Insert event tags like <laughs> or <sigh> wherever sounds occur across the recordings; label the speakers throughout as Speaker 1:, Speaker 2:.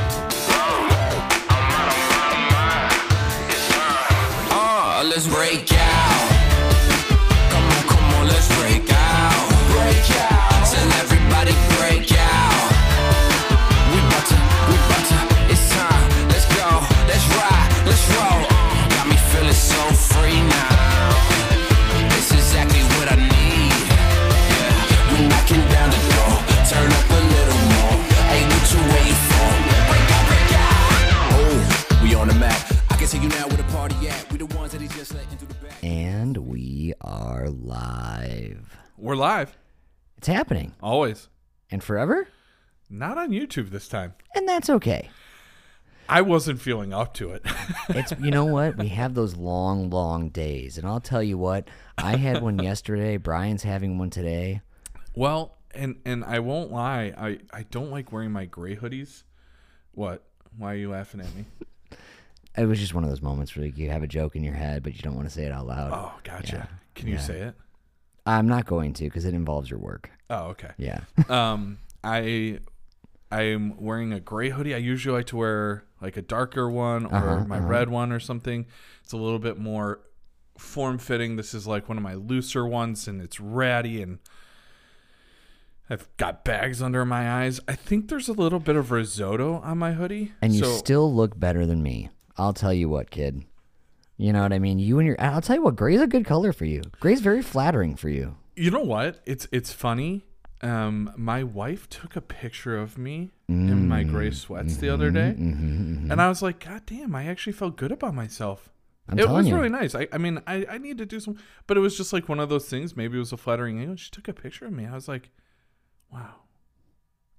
Speaker 1: Ah, Oh,
Speaker 2: are live.
Speaker 3: We're live,
Speaker 2: It's happening
Speaker 3: always.
Speaker 2: and forever,
Speaker 3: Not on YouTube this time.
Speaker 2: and that's okay.
Speaker 3: I wasn't feeling up to it. <laughs>
Speaker 2: It's you know what? We have those long, long days, and I'll tell you what. I had
Speaker 3: <laughs>
Speaker 2: one yesterday. Brian's having one today.
Speaker 3: well, and and I won't lie, I I don't like wearing my gray hoodies. What? Why are you laughing at me?
Speaker 2: It was just one of those moments where you have a joke in your head, but you don't want to say it out loud.
Speaker 3: Oh, gotcha. Can you say it?
Speaker 2: I'm not going to because it involves your work.
Speaker 3: Oh, okay. <laughs>
Speaker 2: Yeah.
Speaker 3: um, I I'm wearing a gray hoodie. I usually like to wear like a darker one or
Speaker 2: Uh-huh,
Speaker 3: my red one or something. It's a little bit more form fitting. This is like one of my looser ones, and it's ratty and. I've got bags under my eyes. I think there's a little bit of risotto on my hoodie.
Speaker 2: And you
Speaker 3: so,
Speaker 2: still look better than me. I'll tell you what, kid. You know what I mean? You and your I'll tell you what, gray's a good color for you. Gray's very flattering for you.
Speaker 3: you know what? It's it's funny. Um, my wife took a picture of me in my gray
Speaker 2: Mm,
Speaker 3: sweats
Speaker 2: mm-hmm,
Speaker 3: the other day, and I was like, "God damn!" I actually felt good about myself.
Speaker 2: I'm
Speaker 3: it
Speaker 2: telling
Speaker 3: was
Speaker 2: you.
Speaker 3: really nice. I, I mean, I, I need to do some, but it was just like one of those things. Maybe it was a flattering angle. She took a picture of me. I was like, "Wow,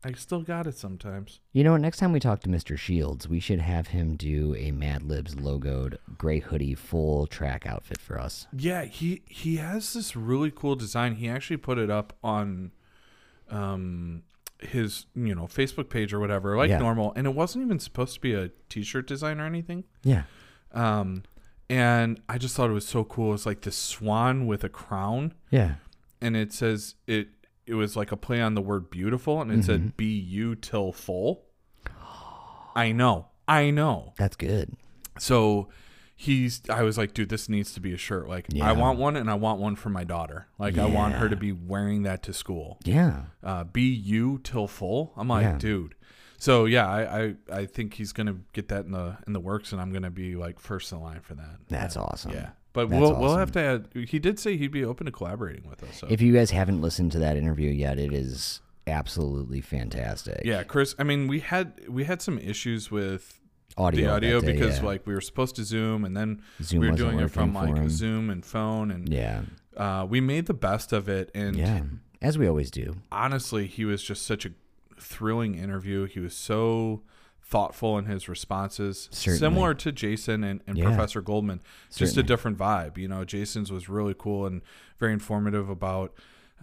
Speaker 3: I still got it." Sometimes
Speaker 2: You know, what? next time we talk to Mr. Shields, we should have him do a Mad Libs logoed gray hoodie full track outfit for us.
Speaker 3: Yeah, he he has this really cool design. He actually put it up on um his, you know, Facebook page or whatever, like
Speaker 2: Yeah.
Speaker 3: normal, and it wasn't even supposed to be a t-shirt design or anything.
Speaker 2: Yeah.
Speaker 3: Um and I just thought it was so cool. It's like this swan with a crown
Speaker 2: Yeah.
Speaker 3: and it says it it was like a play on the word beautiful and it
Speaker 2: Mm-hmm.
Speaker 3: said B U till full. I know. I know.
Speaker 2: That's good.
Speaker 3: So he's I was like, dude, this needs to be a shirt. Like
Speaker 2: Yeah.
Speaker 3: I want one and I want one for my daughter. Like I want her to be wearing that to school.
Speaker 2: Yeah.
Speaker 3: Uh, be you till full. I'm like,
Speaker 2: Yeah.
Speaker 3: dude. So yeah, I, I I think he's gonna get that in the in the works and I'm gonna be like first in line for that.
Speaker 2: That's awesome.
Speaker 3: Yeah. But
Speaker 2: That's
Speaker 3: we'll we'll have to add he did say he'd be open to collaborating with us. So
Speaker 2: If you guys haven't listened to that interview yet, it is absolutely fantastic.
Speaker 3: yeah, Chris, I mean we had we had some issues with
Speaker 2: Audio.
Speaker 3: the
Speaker 2: that uh,
Speaker 3: audio
Speaker 2: day,
Speaker 3: because
Speaker 2: yeah.
Speaker 3: like we were supposed to zoom and then
Speaker 2: Zoom
Speaker 3: we were
Speaker 2: wasn't
Speaker 3: doing it from
Speaker 2: working for
Speaker 3: like
Speaker 2: him.
Speaker 3: Zoom and phone and
Speaker 2: Yeah.
Speaker 3: uh, we made the best of it and
Speaker 2: Yeah. As we always do.
Speaker 3: honestly he was just such a thrilling interview he was so thoughtful in his responses
Speaker 2: Certainly.
Speaker 3: similar to jason and, and
Speaker 2: Yeah.
Speaker 3: professor goldman just a
Speaker 2: Certainly.
Speaker 3: different vibe you know jason's was really cool and very informative about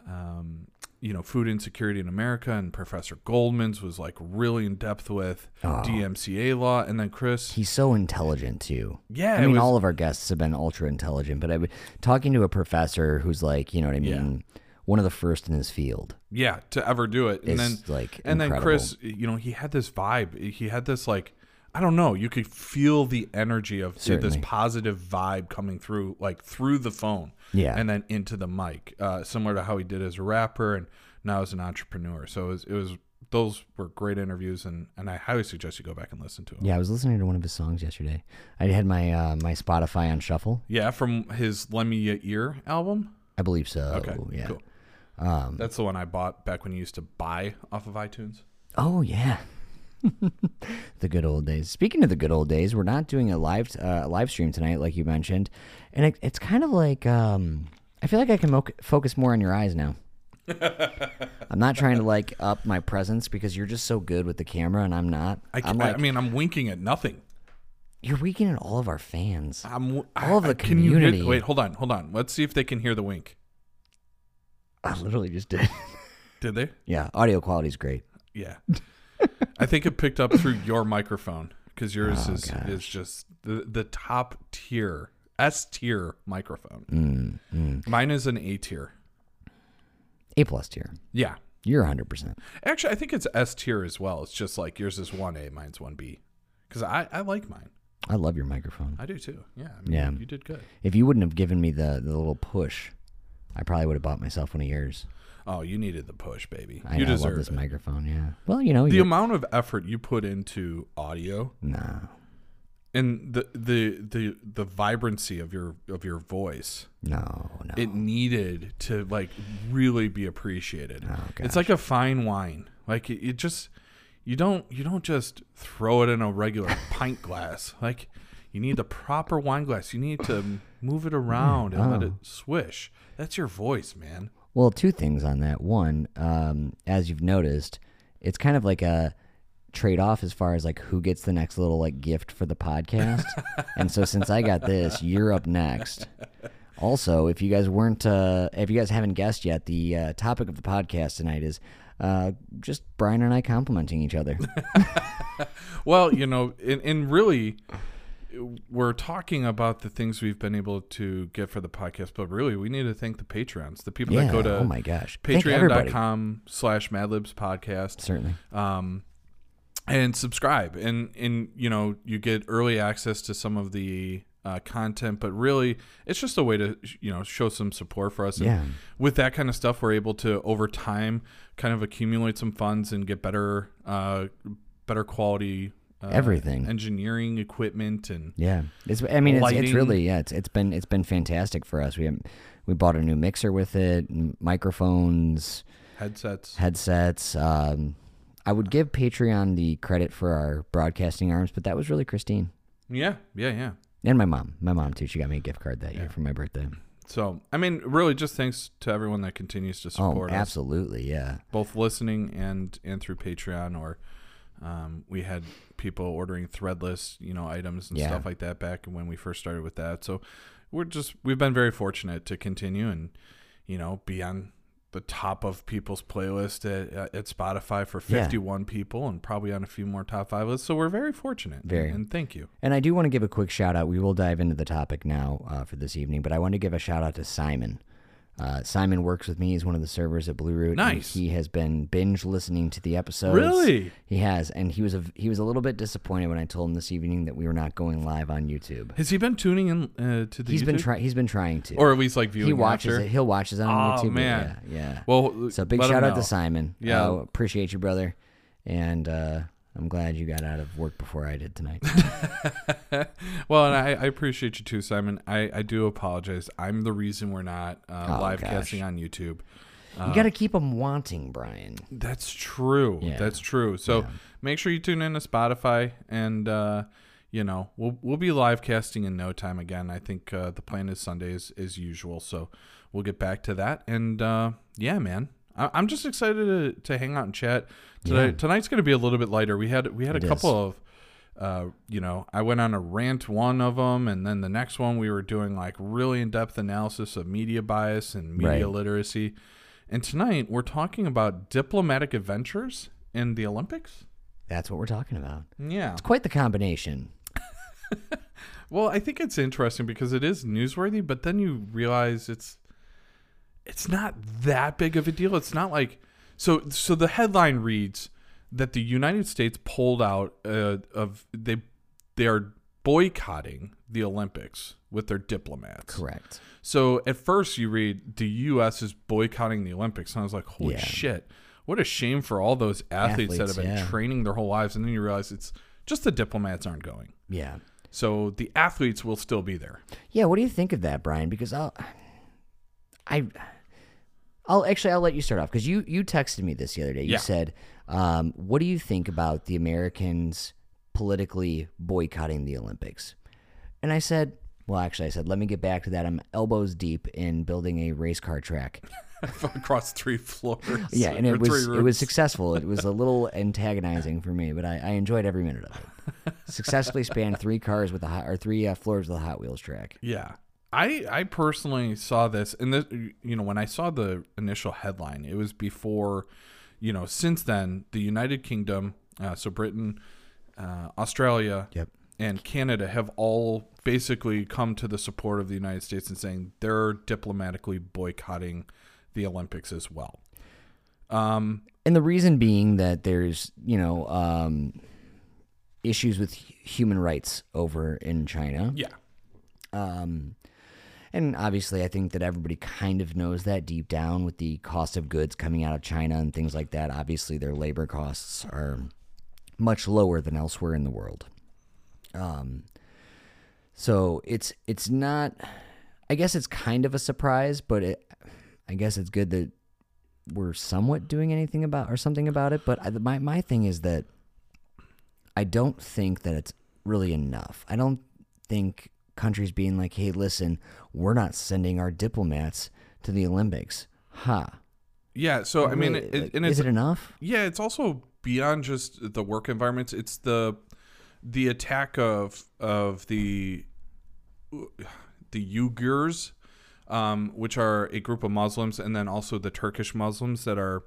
Speaker 3: um, you know food insecurity in america and professor goldman's was like really in depth with
Speaker 2: Oh.
Speaker 3: dmca law and then chris
Speaker 2: He's so intelligent too.
Speaker 3: Yeah,
Speaker 2: I
Speaker 3: it
Speaker 2: mean,
Speaker 3: was-
Speaker 2: all of our guests have been ultra intelligent, but I would talking to a professor who's like, you know what I mean, one of the first in his field.
Speaker 3: yeah to ever do it and
Speaker 2: It's,
Speaker 3: then
Speaker 2: like,
Speaker 3: and then chris you know he had this vibe he had this like i don't know you could feel the energy of
Speaker 2: Certainly.
Speaker 3: this positive vibe coming through like through the phone
Speaker 2: Yeah.
Speaker 3: and then into the mic uh, similar to how he did as a rapper and now as an entrepreneur so it was, it was those were great interviews and and i highly suggest you go back and listen to them
Speaker 2: Yeah, I was listening to one of his songs yesterday. I had my uh, my Spotify on shuffle.
Speaker 3: yeah from his lemme ya ear album
Speaker 2: I believe so.
Speaker 3: okay
Speaker 2: yeah.
Speaker 3: cool
Speaker 2: Um,
Speaker 3: that's the one i bought back when you used to buy off of itunes
Speaker 2: Oh yeah. <laughs> the good old days. Speaking of the good old days, we're not doing a live uh, live stream tonight, like you mentioned, and it, it's kind of like um, I feel like I can mo- focus more on your eyes
Speaker 3: <laughs>
Speaker 2: now. I'm not trying to like up my presence because you're just so good with the camera, and I'm not.
Speaker 3: I,
Speaker 2: I'm
Speaker 3: am
Speaker 2: like
Speaker 3: I mean i'm winking at nothing
Speaker 2: you're winking at all of our fans.
Speaker 3: I'm w-
Speaker 2: All of the
Speaker 3: can you hear-
Speaker 2: community.
Speaker 3: wait, hold on, hold on. Let's see if they can hear the wink.
Speaker 2: <laughs> I literally just did. <laughs>
Speaker 3: Did they?
Speaker 2: yeah, audio quality's great. <laughs>
Speaker 3: Yeah. I think it picked up through your microphone because yours
Speaker 2: Oh,
Speaker 3: is is just the the top tier S tier microphone.
Speaker 2: Mm,
Speaker 3: Mine is an A tier.
Speaker 2: A plus tier.
Speaker 3: Yeah.
Speaker 2: You're 100. percent
Speaker 3: Actually, I think it's S tier as well. It's just like yours is one A, mine's one B. Because I, I like mine.
Speaker 2: I love your microphone.
Speaker 3: I do too. Yeah. I mean,
Speaker 2: Yeah.
Speaker 3: You did good.
Speaker 2: If you wouldn't have given me the, the little push, I probably would have bought myself one of yours.
Speaker 3: Oh, you needed the push, baby.
Speaker 2: I,
Speaker 3: you
Speaker 2: know, I love
Speaker 3: deserve
Speaker 2: this
Speaker 3: it.
Speaker 2: microphone. Yeah. Well, you know,
Speaker 3: The
Speaker 2: you,
Speaker 3: amount of effort you put into audio
Speaker 2: nah.
Speaker 3: and the the the the vibrancy of your of your voice
Speaker 2: No, no.
Speaker 3: it needed to like really be appreciated it's like a fine wine like it, it just you don't you don't just throw it in a regular pint glass like You need the proper wine glass. You need to move it around and let it swish. That's your voice, man.
Speaker 2: Well, two things on that. One, um, as you've noticed, it's kind of like a trade off as far as like who gets the next little like gift for the
Speaker 3: <laughs>
Speaker 2: podcast. and so since I got this, you're up next. Also, if you guys weren't, uh, if you guys haven't guessed yet, the uh, topic of the podcast tonight is uh, just Brian and I complimenting each other.
Speaker 3: Well, you know, and, and really, we're talking about the things we've been able to get for the podcast, but really, we need to thank the Patreons, the people
Speaker 2: yeah.
Speaker 3: that go to
Speaker 2: oh my gosh. Thank everybody.
Speaker 3: patreon.com slash madlibs podcast
Speaker 2: Certainly.
Speaker 3: um, and subscribe and and you know you get early access to some of the uh, content but really it's just a way to sh- you know show some support for us and
Speaker 2: Yeah.
Speaker 3: with that kind of stuff we're able to over time kind of accumulate some funds and get better uh, better quality uh,
Speaker 2: Everything.
Speaker 3: engineering equipment and
Speaker 2: Yeah, it's. I mean, it's, it's
Speaker 3: Lighting.
Speaker 2: really yeah. It's it's been it's been fantastic for us. We have, we bought a new mixer with it, m- microphones,
Speaker 3: headsets
Speaker 2: headsets. Um, I would give Patreon the credit for our broadcasting arms, but that was really Christine
Speaker 3: yeah yeah yeah
Speaker 2: and my mom. My mom too. She got me a gift card that year for my birthday.
Speaker 3: so i mean really just thanks to everyone that continues to
Speaker 2: Oh,
Speaker 3: support us
Speaker 2: absolutely, yeah.
Speaker 3: both listening and and through Patreon or um, we had people ordering threadless you know items and
Speaker 2: Yeah.
Speaker 3: stuff like that back when we first started with that so we're just we've been very fortunate to continue and you know be on the top of people's playlist at, at Spotify for
Speaker 2: Yeah.
Speaker 3: 51 people and probably on a few more top five lists so we're very fortunate
Speaker 2: Very.
Speaker 3: and thank you
Speaker 2: And I do want to give a quick shout out. We will dive into the topic now uh, for this evening, but I want to give a shout out to Simon. Uh, Simon works with me. He's one of the servers at Blue Root. and
Speaker 3: Nice.
Speaker 2: He has been binge listening to the episodes.
Speaker 3: Really?
Speaker 2: He has, and he was a he was a little bit disappointed when I told him this evening that we were not going live on YouTube.
Speaker 3: has he been tuning in uh, to the
Speaker 2: He's been
Speaker 3: YouTube?
Speaker 2: trying. He's been trying to.
Speaker 3: or at least like viewing
Speaker 2: he watches
Speaker 3: after?
Speaker 2: it. He'll watch it on
Speaker 3: oh
Speaker 2: YouTube.
Speaker 3: man
Speaker 2: Yeah. yeah.
Speaker 3: well
Speaker 2: so big
Speaker 3: let him
Speaker 2: shout out to
Speaker 3: know.
Speaker 2: Simon.
Speaker 3: Yeah.
Speaker 2: Uh, appreciate you, brother. And uh, I'm glad you got out of work before I did
Speaker 3: <laughs>
Speaker 2: tonight.
Speaker 3: Well, and I, I appreciate you too, Simon. I, I do apologize. I'm the reason we're not uh,
Speaker 2: Oh,
Speaker 3: live
Speaker 2: gosh.
Speaker 3: casting on YouTube.
Speaker 2: you got to keep them wanting, Brian.
Speaker 3: That's true.
Speaker 2: Yeah.
Speaker 3: That's true. So make sure you tune in to Spotify, and uh, you know we'll we'll be live casting in no time again. I think uh, the plan is Sundays as usual. So we'll get back to that. And uh, yeah, man, I, I'm just excited to, to hang out and chat. Tonight, tonight's going to be a little bit lighter. We had we had
Speaker 2: It
Speaker 3: a
Speaker 2: is.
Speaker 3: couple of. Uh, you know, I went on a rant one of them, and then the next one we were doing like really in depth analysis of media bias and media
Speaker 2: Right.
Speaker 3: literacy. And tonight we're talking about diplomatic adventures in the Olympics.
Speaker 2: That's what we're talking about.
Speaker 3: Yeah.
Speaker 2: It's quite the combination.
Speaker 3: Well, I think it's interesting because it is newsworthy, but then you realize it's it's not that big of a deal. It's not like so so the headline reads that the United States pulled out uh, of they they are boycotting the Olympics with their diplomats.
Speaker 2: Correct.
Speaker 3: So at first you read the U.S. is boycotting the Olympics, and I was like, holy
Speaker 2: Yeah.
Speaker 3: shit, what a shame for all those athletes, that
Speaker 2: Athletes,
Speaker 3: have been
Speaker 2: yeah.
Speaker 3: training their whole lives, and then you realize it's just the diplomats aren't going.
Speaker 2: Yeah.
Speaker 3: So the athletes will still be there. <laughs>
Speaker 2: Yeah. What do you think of that, Brian? Because I'll, I, I'll actually I'll let you start off because you you texted me this the other day. You
Speaker 3: Yeah.
Speaker 2: said, um, "What do you think about the Americans politically boycotting the Olympics?" And I said, "Well, actually, I said let me get back to that. I'm elbows deep in building a race car track."
Speaker 3: across three floors.
Speaker 2: Yeah, and
Speaker 3: or
Speaker 2: it
Speaker 3: three
Speaker 2: was it was
Speaker 3: rooms.
Speaker 2: successful. It
Speaker 3: <laughs>
Speaker 2: was a little antagonizing for me, but I, I enjoyed every minute of
Speaker 3: <laughs>
Speaker 2: it. Successfully spanned three cars with a hot, or three uh, floors with a Hot Wheels track.
Speaker 3: Yeah. I, I personally saw this and this you know when I saw the initial headline it was before you know since then the United Kingdom uh, so Britain uh, Australia
Speaker 2: Yep.
Speaker 3: and Canada have all basically come to the support of the United States and saying they're diplomatically boycotting the Olympics as well
Speaker 2: And the reason being that there's you know um, issues with hu- human rights over in China,
Speaker 3: yeah
Speaker 2: and obviously I think that everybody kind of knows that deep down with the cost of goods coming out of China and things like that. Obviously, their labor costs are much lower than elsewhere in the world. Um, So it's it's not. I guess it's kind of a surprise, but it, I guess it's good that we're somewhat doing anything about or something about it. But I, my my thing is that I don't think that it's really enough. I don't think countries being like, "Hey, listen, we're not sending our diplomats to the Olympics." Ha. Huh.
Speaker 3: Yeah. So I mean,
Speaker 2: Really,
Speaker 3: it,
Speaker 2: like,
Speaker 3: and
Speaker 2: is
Speaker 3: it's
Speaker 2: it enough?
Speaker 3: yeah, it's also beyond just the work environments. It's the the attack of of the the Uyghurs, um, which are a group of Muslims, and then also the Turkish Muslims that are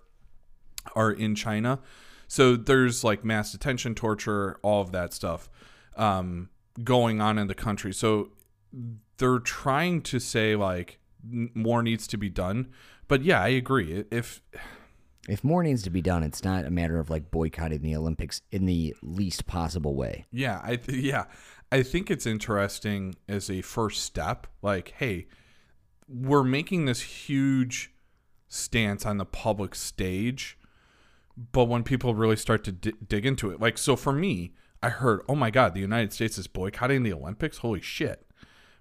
Speaker 3: are in China. So there's like mass detention, torture, all of that stuff um, going on in the country. So they're trying to say like n- more needs to be done. But yeah, I agree. If
Speaker 2: If more needs to be done, it's not a matter of like boycotting the Olympics in the least possible way.
Speaker 3: Yeah, I th- yeah, I think it's interesting as a first step. Like, hey, we're making this huge stance on the public stage, but when people really start to di- dig into it, like, so for me, I heard, oh my god, the United States is boycotting the Olympics. Holy shit!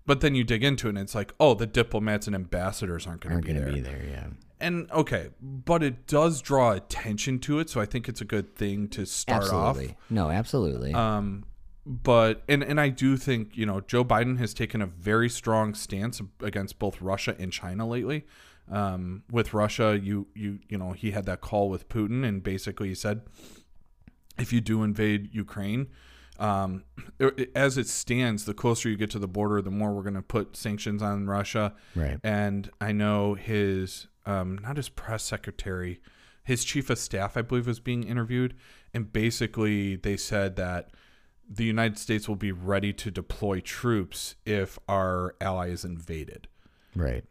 Speaker 3: But then you dig into it, and it's like, oh, the diplomats and ambassadors aren't going to
Speaker 2: Aren't
Speaker 3: be
Speaker 2: going
Speaker 3: there
Speaker 2: to be there, yeah.
Speaker 3: and okay, but it does draw attention to it, so I think it's a good thing to start
Speaker 2: absolutely.
Speaker 3: off.
Speaker 2: No, absolutely.
Speaker 3: Um, but and and I do think you know Joe Biden has taken a very strong stance against both Russia and China lately. Um, with Russia, you you you know he had that call with Putin and basically he said, if you do invade Ukraine, um, it- as it stands, the closer you get to the border, the more we're going to put sanctions on Russia.
Speaker 2: Right.
Speaker 3: And I know his, um, not his press secretary, his chief of staff, I believe, was being interviewed. And basically, they said that the United States will be ready to deploy troops if our ally is invaded.
Speaker 2: right.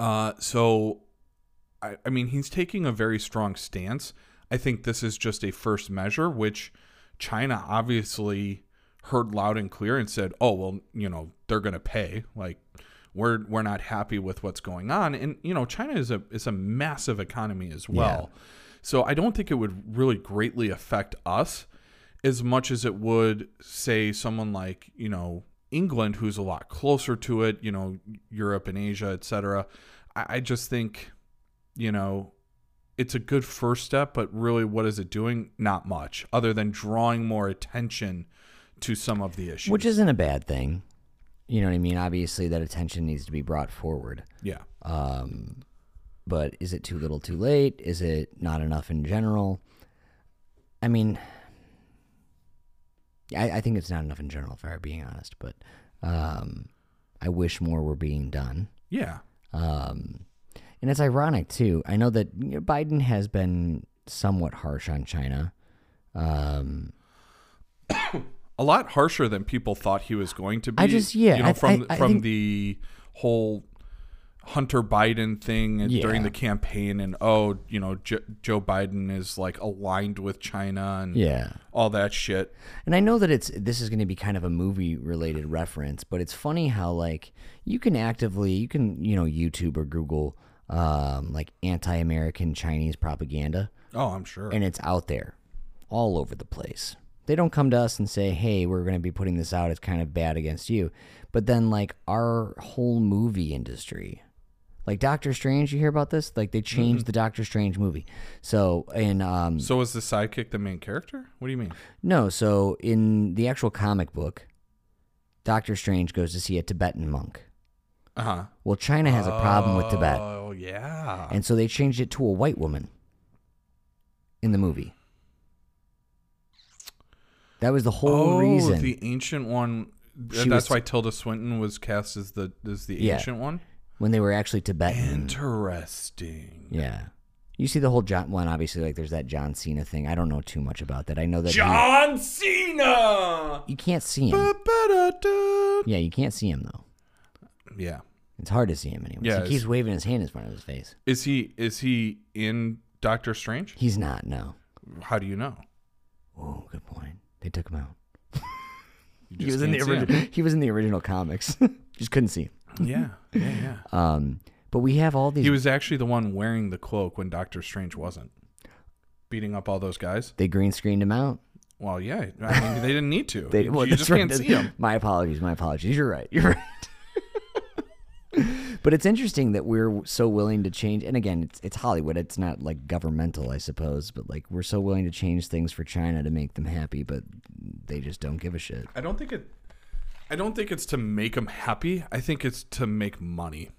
Speaker 3: Uh, so, I, I mean, he's taking a very strong stance. I think this is just a first measure, which China obviously heard loud and clear and said, "Oh well, you know, they're going to pay." Like, we're we're not happy with what's going on, and you know, China is a is a massive economy as well. So I don't think it would really greatly affect us as much as it would say someone like you know England, who's a lot closer to it, you know Europe and Asia, etc. I, I just think you know it's a good first step, but really, what is it doing? Not much, other than drawing more attention to some of the issues.
Speaker 2: Which isn't a bad thing. You know what I mean? Obviously, that attention needs to be brought forward.
Speaker 3: yeah,
Speaker 2: Um, but is it too little, too late? Is it not enough in general? I mean, I, I think it's not enough in general, if I were being honest. But um, I wish more were being done.
Speaker 3: yeah,
Speaker 2: Um, and it's ironic too. I know that you know, Biden has been somewhat harsh on China. Um,
Speaker 3: a lot harsher than people thought he was going to be.
Speaker 2: I just- yeah,
Speaker 3: you know,
Speaker 2: I-
Speaker 3: from
Speaker 2: I- I
Speaker 3: from
Speaker 2: think-
Speaker 3: the whole Hunter Biden thing and during
Speaker 2: Yeah.
Speaker 3: the campaign, and oh, you know, Jo- Joe Biden is like aligned with China and
Speaker 2: yeah.
Speaker 3: all that shit.
Speaker 2: And I know that it's this is going to be kind of a movie related reference, but it's funny how like you can actively you can you know YouTube or Google um, like anti American Chinese propaganda,
Speaker 3: Oh, I'm sure.
Speaker 2: and it's out there all over the place. They don't come to us and say, "Hey, we're going to be putting this out. It's kind of bad against you." But then like our whole movie industry. Like Doctor Strange, you hear about this? Like they changed the Doctor Strange movie. So, and um
Speaker 3: Mm-hmm. so is the sidekick the main character? What do you mean?
Speaker 2: no, so in the actual comic book, Doctor Strange goes to see a Tibetan monk.
Speaker 3: Uh huh.
Speaker 2: Well, China has a problem with Tibet,
Speaker 3: Oh yeah.
Speaker 2: and so they changed it to a white woman in the movie. That was the whole
Speaker 3: oh,
Speaker 2: reason.
Speaker 3: the ancient one.
Speaker 2: She
Speaker 3: that's
Speaker 2: was-
Speaker 3: why Tilda Swinton was cast as the as the
Speaker 2: Yeah. Mm.
Speaker 3: ancient one.
Speaker 2: when they were actually Tibetan.
Speaker 3: Interesting.
Speaker 2: Yeah. You see the whole John one, obviously, like there's that John Cena thing. I don't know too much about that. I know that he-
Speaker 3: John Cena.
Speaker 2: you can't see him.
Speaker 3: Ba-ba-da-da.
Speaker 2: Yeah, you can't see him though.
Speaker 3: Yeah.
Speaker 2: It's hard to see him anyway.
Speaker 3: Yeah,
Speaker 2: he
Speaker 3: it's-
Speaker 2: keeps waving his hand in front of his face.
Speaker 3: Is he is he in Doctor Strange?
Speaker 2: He's not, no.
Speaker 3: How do you know?
Speaker 2: Oh, good point. They took him out.
Speaker 3: You
Speaker 2: He
Speaker 3: just
Speaker 2: was in the
Speaker 3: can't see him.
Speaker 2: original. <laughs> He was in the original comics. <laughs> just couldn't see him.
Speaker 3: <laughs> Yeah. Yeah. Yeah.
Speaker 2: <laughs> Um, but we have all these.
Speaker 3: He was actually the one wearing the cloak when Doctor Strange wasn't. Beating up all those guys.
Speaker 2: they green screened him out.
Speaker 3: Well, yeah. I
Speaker 2: <laughs>
Speaker 3: mean, they didn't need to.
Speaker 2: They,
Speaker 3: you
Speaker 2: well,
Speaker 3: you
Speaker 2: that's
Speaker 3: just
Speaker 2: right.
Speaker 3: can't
Speaker 2: That's-
Speaker 3: see them.
Speaker 2: My apologies. My apologies. You're right. You're <laughs> right. but it's interesting that we're so willing to change. And again, it's it's Hollywood. It's not like governmental, I suppose. But like we're so willing to change things for China to make them happy, but they just don't give a shit.
Speaker 3: I don't think it. I don't think it's to make them happy. I think it's to make money.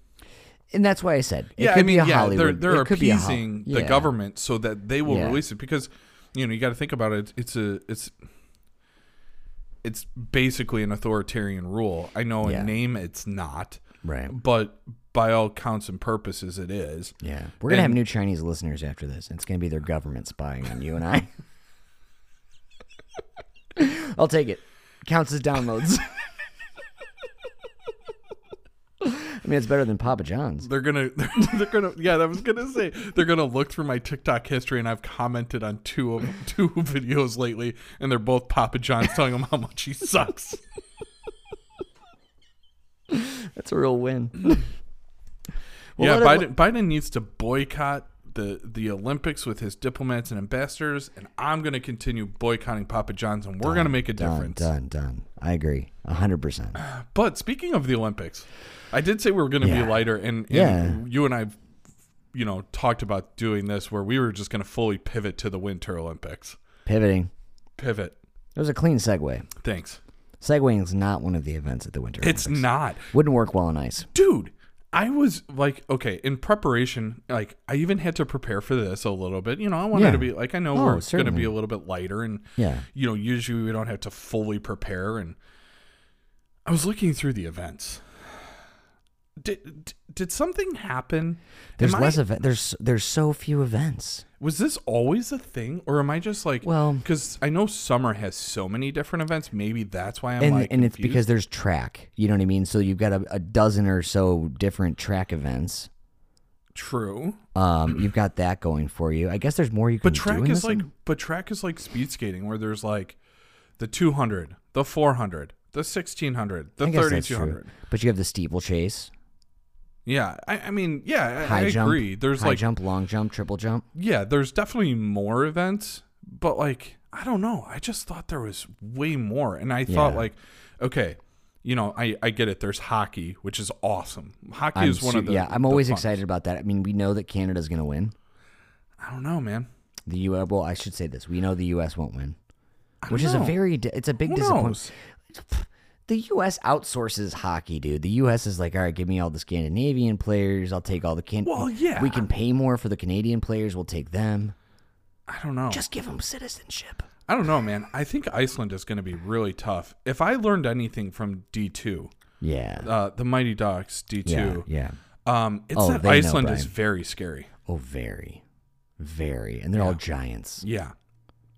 Speaker 2: And that's why I said it
Speaker 3: yeah,
Speaker 2: could
Speaker 3: I mean,
Speaker 2: be a
Speaker 3: yeah,
Speaker 2: Hollywood.
Speaker 3: they're they're
Speaker 2: it could be a Hol-
Speaker 3: appeasing the
Speaker 2: yeah.
Speaker 3: government so that they will
Speaker 2: Yeah.
Speaker 3: release it because you know you got to think about it. It's a it's it's basically an authoritarian rule. I know
Speaker 2: Yeah.
Speaker 3: in name it's not,
Speaker 2: Right.
Speaker 3: but by all counts and purposes it is.
Speaker 2: Yeah. We're going to have
Speaker 3: And-
Speaker 2: new Chinese listeners after this. and It's going to be their government spying on you and
Speaker 3: <laughs>
Speaker 2: I. I'll take it. Counts as
Speaker 3: <laughs>
Speaker 2: downloads. I mean, it's better than Papa John's.
Speaker 3: They're gonna, <laughs> they're, gonna, yeah. I was gonna say they're gonna look through my TikTok history, and I've commented on two of <laughs> two videos lately, and they're both Papa John's telling him how much he sucks.
Speaker 2: That's a real win. <laughs> Well,
Speaker 3: yeah,
Speaker 2: let it-
Speaker 3: Biden, Biden needs to boycott the the Olympics with his diplomats and ambassadors, and I'm gonna continue boycotting Papa John's, and we're gonna make a
Speaker 2: Done,
Speaker 3: difference.
Speaker 2: done, done. I agree. 100%.
Speaker 3: But speaking of the Olympics, I did say we were gonna
Speaker 2: Yeah.
Speaker 3: be lighter, and, and
Speaker 2: Yeah.
Speaker 3: you and I, you know, talked about doing this where we were just gonna fully pivot to the Winter Olympics.
Speaker 2: Pivoting.
Speaker 3: Pivot.
Speaker 2: It was a clean segue.
Speaker 3: Thanks.
Speaker 2: Segwaying is not one of the events at the Winter
Speaker 3: It's
Speaker 2: Olympics.
Speaker 3: not.
Speaker 2: Wouldn't work well on ice.
Speaker 3: Dude, I was like, okay, in preparation, like I even had to prepare for this a little bit. You know, I wanted
Speaker 2: Yeah.
Speaker 3: to be like I know
Speaker 2: Oh,
Speaker 3: we're going to
Speaker 2: certainly.
Speaker 3: be a little bit lighter and
Speaker 2: Yeah.
Speaker 3: you know, usually we don't have to fully prepare and I was looking through the events. Did d- did something happen?
Speaker 2: There's
Speaker 3: Am I-
Speaker 2: less event. There's there's so few events.
Speaker 3: was this always a thing, or am I just like?
Speaker 2: Well-
Speaker 3: because I know summer has so many different events. Maybe that's why I'm
Speaker 2: and
Speaker 3: like.
Speaker 2: and it's
Speaker 3: confused.
Speaker 2: because there's track. You know what I mean. So you've got a, a dozen or so different track events.
Speaker 3: true, <clears throat>
Speaker 2: Um, you've got that going for you. I guess there's more you can
Speaker 3: but
Speaker 2: do.
Speaker 3: track
Speaker 2: in
Speaker 3: is
Speaker 2: this
Speaker 3: like,
Speaker 2: one.
Speaker 3: but track is like speed skating, where there's like, the 200, the 400, the 1600, the
Speaker 2: I guess that's true.
Speaker 3: 3200.
Speaker 2: But you have the steeplechase,
Speaker 3: Yeah, I, I mean, yeah, I,
Speaker 2: high
Speaker 3: I
Speaker 2: jump,
Speaker 3: agree. There's
Speaker 2: high
Speaker 3: like
Speaker 2: jump, long jump, triple jump.
Speaker 3: yeah, there's definitely more events, but like I don't know. I just thought there was way more, and I thought
Speaker 2: Yeah.
Speaker 3: like, okay, you know, I I get it. There's hockey, which is awesome. Hockey
Speaker 2: I'm
Speaker 3: is one
Speaker 2: su-
Speaker 3: of the
Speaker 2: yeah, I'm
Speaker 3: the
Speaker 2: always
Speaker 3: fun-
Speaker 2: excited about that. I mean, we know that Canada's going to win.
Speaker 3: I don't know, man.
Speaker 2: The U. Well, I should say this. We know the U.S. won't win, which is a
Speaker 3: know.
Speaker 2: very. di- It's a big
Speaker 3: Who
Speaker 2: disappointment.
Speaker 3: knows?
Speaker 2: The U.S. outsources hockey, dude. The U.S. is like, all right, give me all the Scandinavian players. I'll take all the can.
Speaker 3: Well, yeah.
Speaker 2: We can pay more for the Canadian players. We'll take them.
Speaker 3: I don't know.
Speaker 2: Just give them citizenship.
Speaker 3: I don't know, man. I think Iceland is going to be really tough. If I learned anything from D two,
Speaker 2: Yeah.
Speaker 3: uh, the Mighty Ducks D
Speaker 2: yeah.
Speaker 3: two,
Speaker 2: Yeah.
Speaker 3: um, it's
Speaker 2: Oh,
Speaker 3: that
Speaker 2: they know,
Speaker 3: Iceland is
Speaker 2: Brian.
Speaker 3: very scary.
Speaker 2: Oh, very, very, and they're all giants.
Speaker 3: Yeah,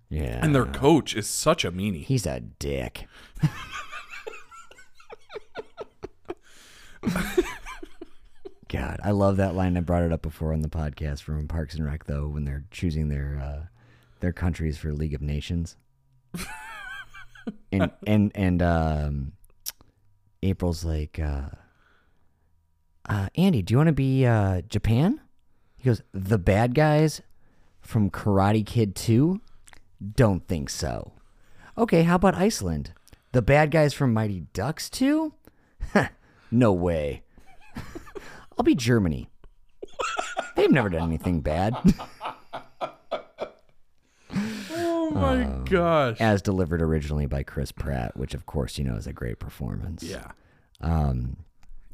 Speaker 2: Yeah.
Speaker 3: and their coach is such a meanie.
Speaker 2: he's a dick. God, I love that line. I brought it up before on the podcast from Parks and Rec, though, when they're choosing their uh, their countries for League of Nations. and and and um, April's like, uh, uh, Andy, do you want to be uh, Japan? He goes, the bad guys from Karate Kid Two. Don't think so. Okay, how about Iceland? The bad guys from Mighty Ducks too? Huh, no way. <laughs> I'll be Germany. They've never done anything bad, <laughs>
Speaker 3: Oh my
Speaker 2: um,
Speaker 3: gosh.
Speaker 2: as delivered originally by Chris Pratt, which of course you know is a great performance.
Speaker 3: Yeah.
Speaker 2: Um.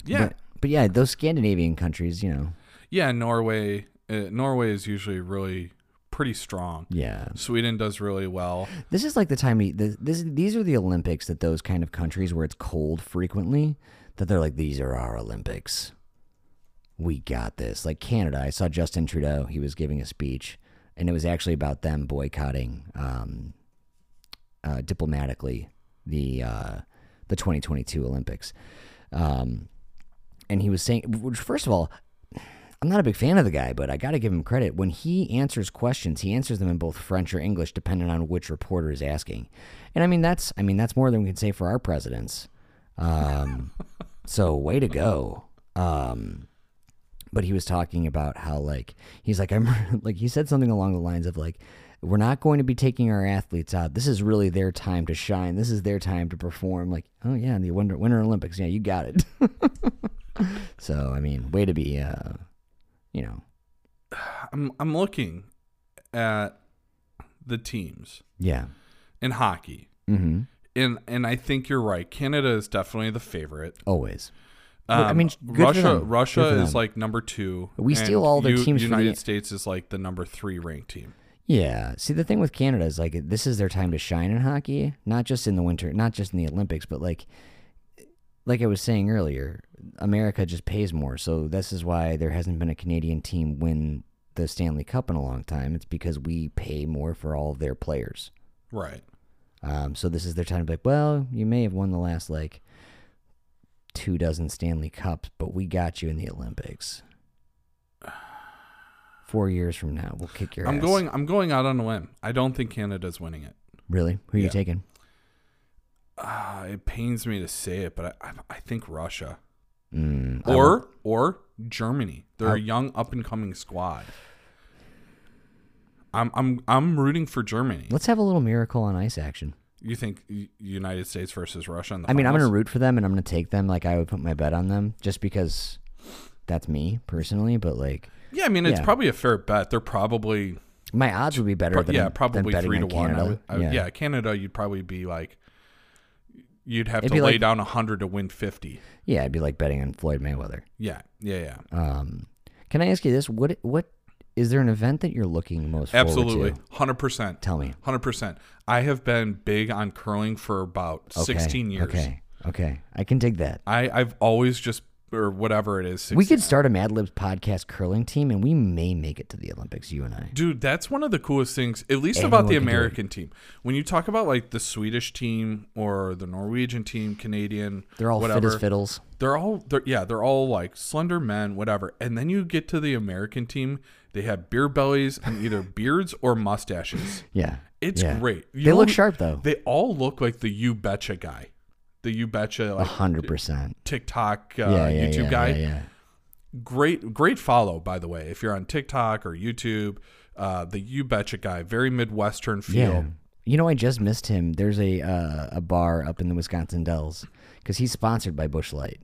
Speaker 3: Yeah.
Speaker 2: But, but yeah, those Scandinavian countries, you know.
Speaker 3: yeah. Norway. Uh, Norway is usually really pretty strong.
Speaker 2: Yeah.
Speaker 3: Sweden does really well.
Speaker 2: This is like the time you, this, this these are the Olympics that those kind of countries where it's cold frequently that they're like these are our Olympics. We got this. Like Canada, I saw Justin Trudeau, he was giving a speech and it was actually about them boycotting um, uh, diplomatically the uh, the 2022 Olympics. Um, and he was saying which first of all I'm not a big fan of the guy, but I got to give him credit. When he answers questions, he answers them in both French or English, depending on which reporter is asking. And I mean, that's I mean that's more than we can say for our presidents. Um, so way to go. Um, but he was talking about how like he's like <laughs> I'm like he said something along the lines of like we're not going to be taking our athletes out. This is really their time to shine. This is their time to perform. Like oh yeah, the Winter Winter Olympics. Yeah, you got it. <laughs> so I mean, way to be. Uh, you know.
Speaker 3: I'm I'm looking at the teams
Speaker 2: Yeah.
Speaker 3: in hockey.
Speaker 2: Mm-hmm.
Speaker 3: and and I think you're right. Canada is definitely the favorite.
Speaker 2: Always.
Speaker 3: Um,
Speaker 2: I mean, good for
Speaker 3: Russia.
Speaker 2: them. Good
Speaker 3: Russia
Speaker 2: for
Speaker 3: is
Speaker 2: them.
Speaker 3: like number two.
Speaker 2: We
Speaker 3: and
Speaker 2: steal all their
Speaker 3: U-
Speaker 2: teams from the-
Speaker 3: United States is like the number three ranked team.
Speaker 2: Yeah. See, the thing with Canada is like this is their time to shine in hockey, not just in the winter, not just in the Olympics, but like like I was saying earlier, America just pays more. So this is why there hasn't been a Canadian team win the Stanley Cup in a long time. It's because we pay more for all of their players.
Speaker 3: Right.
Speaker 2: Um, so this is their time to be like, well, you may have won the last like two dozen Stanley Cups, but we got you in the Olympics. Four years from now, we'll kick your
Speaker 3: I'm
Speaker 2: ass.
Speaker 3: going. I'm going out on a limb. I don't think Canada's winning it.
Speaker 2: Really? Who are you
Speaker 3: Yeah.
Speaker 2: taking?
Speaker 3: Ah, it pains me to say it, but I, I, I think Russia
Speaker 2: Mm, I
Speaker 3: or or Germany. They're a young up and coming squad. I'm I'm I'm rooting for Germany.
Speaker 2: Let's have a little miracle on ice action.
Speaker 3: You think U- United States versus Russia? In the
Speaker 2: I mean, I'm going to
Speaker 3: finals?
Speaker 2: root for them and I'm going to take them. Like, I would put my bet on them just because that's me personally. But, like,
Speaker 3: Yeah, I mean, it's
Speaker 2: yeah.
Speaker 3: probably a fair bet. They're probably
Speaker 2: my odds would be better
Speaker 3: pro-
Speaker 2: than,
Speaker 3: yeah,
Speaker 2: than
Speaker 3: probably
Speaker 2: betting
Speaker 3: three to
Speaker 2: on
Speaker 3: one. I
Speaker 2: Canada.
Speaker 3: would, I would- yeah. Canada, you'd probably be like, you'd have
Speaker 2: It'd
Speaker 3: to
Speaker 2: be
Speaker 3: lay
Speaker 2: like-
Speaker 3: down hundred to win fifty.
Speaker 2: Yeah, it'd be like betting on Floyd Mayweather.
Speaker 3: Yeah, yeah, yeah.
Speaker 2: Um, can I ask you this? What, what, is there an event that you're looking most forward to?
Speaker 3: Absolutely, hundred percent.
Speaker 2: Tell me.
Speaker 3: hundred percent. I have been big on curling for about
Speaker 2: Okay,
Speaker 3: sixteen years.
Speaker 2: Okay. Okay. I can dig that.
Speaker 3: I I've always just or whatever it is. 16,
Speaker 2: We could start a Mad Libs podcast curling team and we may make it to the Olympics, you and I.
Speaker 3: Dude, that's one of the coolest things, at least
Speaker 2: Anyone
Speaker 3: about the
Speaker 2: can do it.
Speaker 3: American team. When you talk about like the Swedish team or the Norwegian team, Canadian,
Speaker 2: They're all
Speaker 3: whatever,
Speaker 2: fit as fiddles.
Speaker 3: they're all they're, yeah, they're all like slender men, whatever. And then you get to the American team, they have beer bellies and
Speaker 2: <laughs>
Speaker 3: either beards or mustaches.
Speaker 2: Yeah.
Speaker 3: It's
Speaker 2: yeah.
Speaker 3: great. You
Speaker 2: they look
Speaker 3: only-
Speaker 2: sharp, though.
Speaker 3: They all look like the You Betcha guy, the You Betcha
Speaker 2: A
Speaker 3: like
Speaker 2: hundred percent.
Speaker 3: TikTok uh,
Speaker 2: Yeah, yeah,
Speaker 3: YouTube
Speaker 2: yeah,
Speaker 3: guy.
Speaker 2: Yeah, yeah.
Speaker 3: great great follow by the way if you're on tiktok or youtube uh the you betcha guy very midwestern feel
Speaker 2: Yeah. You know, I just missed him. There's a uh, a bar up in the Wisconsin Dells because he's sponsored by Bush Light,